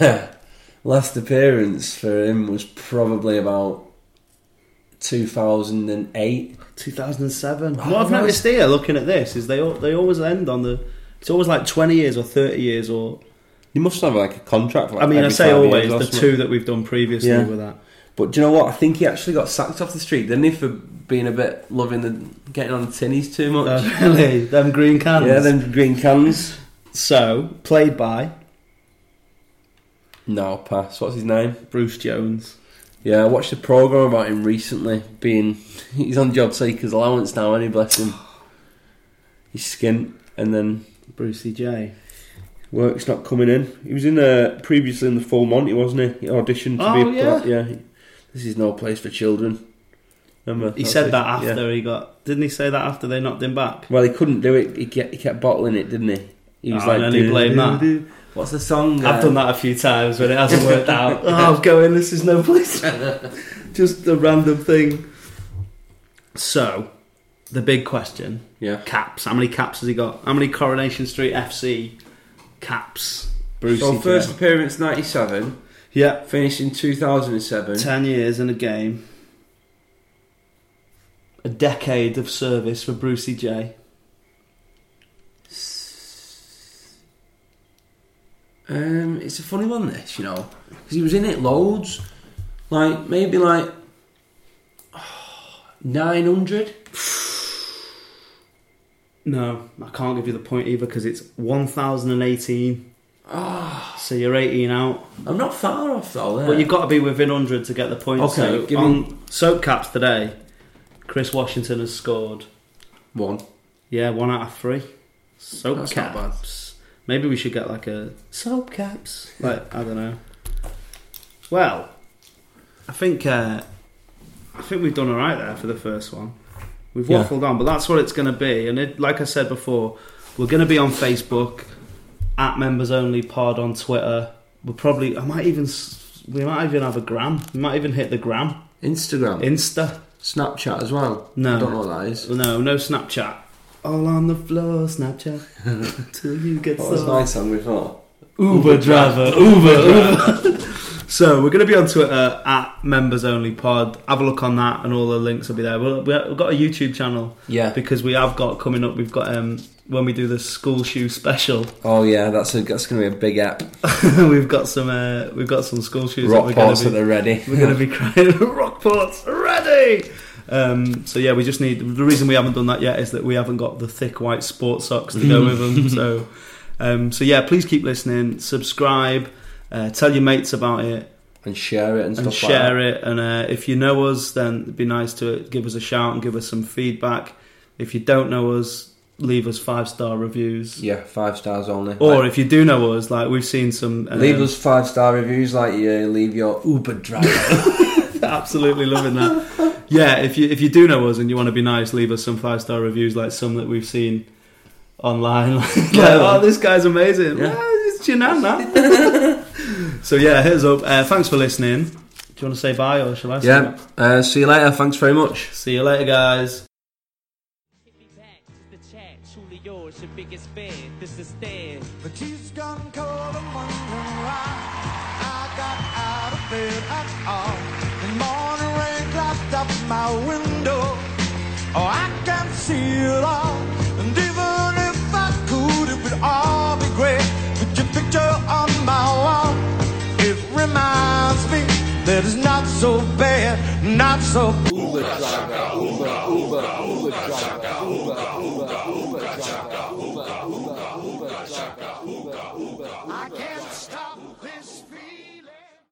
[SPEAKER 3] last appearance for him was probably about 2008.
[SPEAKER 2] 2007.
[SPEAKER 3] Oh,
[SPEAKER 2] what I've
[SPEAKER 3] nice.
[SPEAKER 2] noticed here, looking at this, is they al- they always end on the. It's always like 20 years or 30 years or.
[SPEAKER 3] You must have like a contract. Like
[SPEAKER 2] I mean, I
[SPEAKER 3] every
[SPEAKER 2] say
[SPEAKER 3] five years
[SPEAKER 2] always
[SPEAKER 3] or
[SPEAKER 2] the
[SPEAKER 3] something.
[SPEAKER 2] two that we've done previously
[SPEAKER 3] Yeah.
[SPEAKER 2] with that.
[SPEAKER 3] But do you know what? I think he actually got sacked off the street, didn't he, for being a bit loving the getting on the tinnies too much.
[SPEAKER 2] Uh, really, them green cans.
[SPEAKER 3] yeah, them green cans.
[SPEAKER 2] So played by
[SPEAKER 3] No, pass. What's his name?
[SPEAKER 2] Bruce Jones.
[SPEAKER 3] Yeah, I watched a program about him recently. Being he's on job seekers allowance now, and he bless him. He's skint, and then
[SPEAKER 2] Brucey J.
[SPEAKER 3] work's not coming in. He was in uh, previously in the Full Monty, wasn't he? He auditioned to
[SPEAKER 2] Oh,
[SPEAKER 3] be a
[SPEAKER 2] yeah.
[SPEAKER 3] pla- yeah. he- This is no place for children. Remember?
[SPEAKER 2] He
[SPEAKER 3] That's
[SPEAKER 2] said
[SPEAKER 3] it.
[SPEAKER 2] that
[SPEAKER 3] Yeah.
[SPEAKER 2] after he got. Didn't he say that after they knocked him back?
[SPEAKER 3] Well, he couldn't do it. He kept, he kept bottling it, didn't he? He was
[SPEAKER 2] Oh,
[SPEAKER 3] like,
[SPEAKER 2] and then he
[SPEAKER 3] "Do,
[SPEAKER 2] blamed
[SPEAKER 3] do,
[SPEAKER 2] that."
[SPEAKER 3] do." What's the song? uh,
[SPEAKER 2] I've done that a few times when it hasn't worked out. oh, I'm going. This is no place. Just a random thing. So, the big question.
[SPEAKER 3] Yeah.
[SPEAKER 2] caps. How many caps has he got? How many Coronation Street FC caps? Brucey
[SPEAKER 3] So
[SPEAKER 2] J.
[SPEAKER 3] first appearance '97,
[SPEAKER 2] yeah,
[SPEAKER 3] finished in 2007.
[SPEAKER 2] ten years in a game. A decade of service for Brucey J.
[SPEAKER 3] Um, it's a funny one, this, you know, because he was in it loads, like maybe like nine hundred.
[SPEAKER 2] No, I can't give you the point either because it's one thousand and eighteen. So you're 18 out,
[SPEAKER 3] I'm not far off though. There.
[SPEAKER 2] but you've got to be within 100 to get the points.
[SPEAKER 3] Okay, um,
[SPEAKER 2] so
[SPEAKER 3] give me-
[SPEAKER 2] on soap caps today, Chris Washington has scored
[SPEAKER 3] one.
[SPEAKER 2] Yeah, one out of three. Soap
[SPEAKER 3] That's not
[SPEAKER 2] caps. Maybe we should get like a soap caps. Like I don't know. Well, I think uh, I think we've done all right there for the first one. We've
[SPEAKER 9] Yeah.
[SPEAKER 2] waffled on, but that's what it's going to be. And it, like I said before, we're going to be on Facebook at Members Only Pod on Twitter. We'll probably I might even s- we might even have a gram. We might even hit the gram
[SPEAKER 3] Instagram,
[SPEAKER 2] Insta.
[SPEAKER 3] Snapchat as well.
[SPEAKER 2] No.
[SPEAKER 3] I don't know what that is.
[SPEAKER 2] No, no Snapchat. All on the floor, Snapchat. Till you get
[SPEAKER 3] What was
[SPEAKER 2] so-
[SPEAKER 3] my song before?
[SPEAKER 2] Uber driver, Uber, Uber. so we're going to be on Twitter at Members Only Pod. Have a look on that, and all the links will be there. We'll, we've got a YouTube channel
[SPEAKER 3] Yeah.
[SPEAKER 2] because we have got coming up. We've got um, when we do the school shoe special.
[SPEAKER 3] Oh yeah, that's a, that's going to be a big app.
[SPEAKER 2] we've got some uh, we've got some school shoes. that
[SPEAKER 3] Rock
[SPEAKER 2] we're gonna
[SPEAKER 3] parts
[SPEAKER 2] be-
[SPEAKER 3] at the ready.
[SPEAKER 2] We're going to be crying Rockport's ready. Um, so yeah, we just need. The reason we haven't done that yet is that we haven't got the thick white sports socks to
[SPEAKER 3] Hmm.
[SPEAKER 2] go with them. So, um, so yeah, please keep listening. Subscribe. Uh, tell your mates about it
[SPEAKER 3] and share it and,
[SPEAKER 2] and
[SPEAKER 3] stuff
[SPEAKER 2] share
[SPEAKER 3] like
[SPEAKER 2] it. And uh, if you know us, then it'd be nice to give us a shout and give us some feedback. If you don't know us, leave us five star reviews.
[SPEAKER 3] that. Yeah, five stars only.
[SPEAKER 2] Or
[SPEAKER 3] Like,
[SPEAKER 2] if you do know us, like we've seen some um,
[SPEAKER 3] leave us five star reviews like you leave your Uber driver.
[SPEAKER 2] Absolutely loving that. Yeah, if you if you do know us and you want to be nice, leave us some five star reviews like some that we've seen online. like, oh, this guy's amazing.
[SPEAKER 3] Yeah.
[SPEAKER 2] Well, it's your nan, that. so yeah, here's up. Uh, thanks for listening. Do you want to say bye or shall I? Say
[SPEAKER 3] yeah.
[SPEAKER 2] bye?
[SPEAKER 3] Uh, see you later. Thanks very much.
[SPEAKER 2] See you later, guys.
[SPEAKER 10] Hit me back to the chat, truly yours, your biggest fan. This is Stan.
[SPEAKER 11] The chief's gone cold and wondering why I got out of bed at all. The morning rain clouded up my window. Oh, I can see it all. And even if I could, it would all be great. With your picture on my wall, it reminds me that it's not so bad, not so
[SPEAKER 12] Uber, Uber, Uber, Uber, Uber, Uber, Uber, Uber, Uber, Uber, Uber,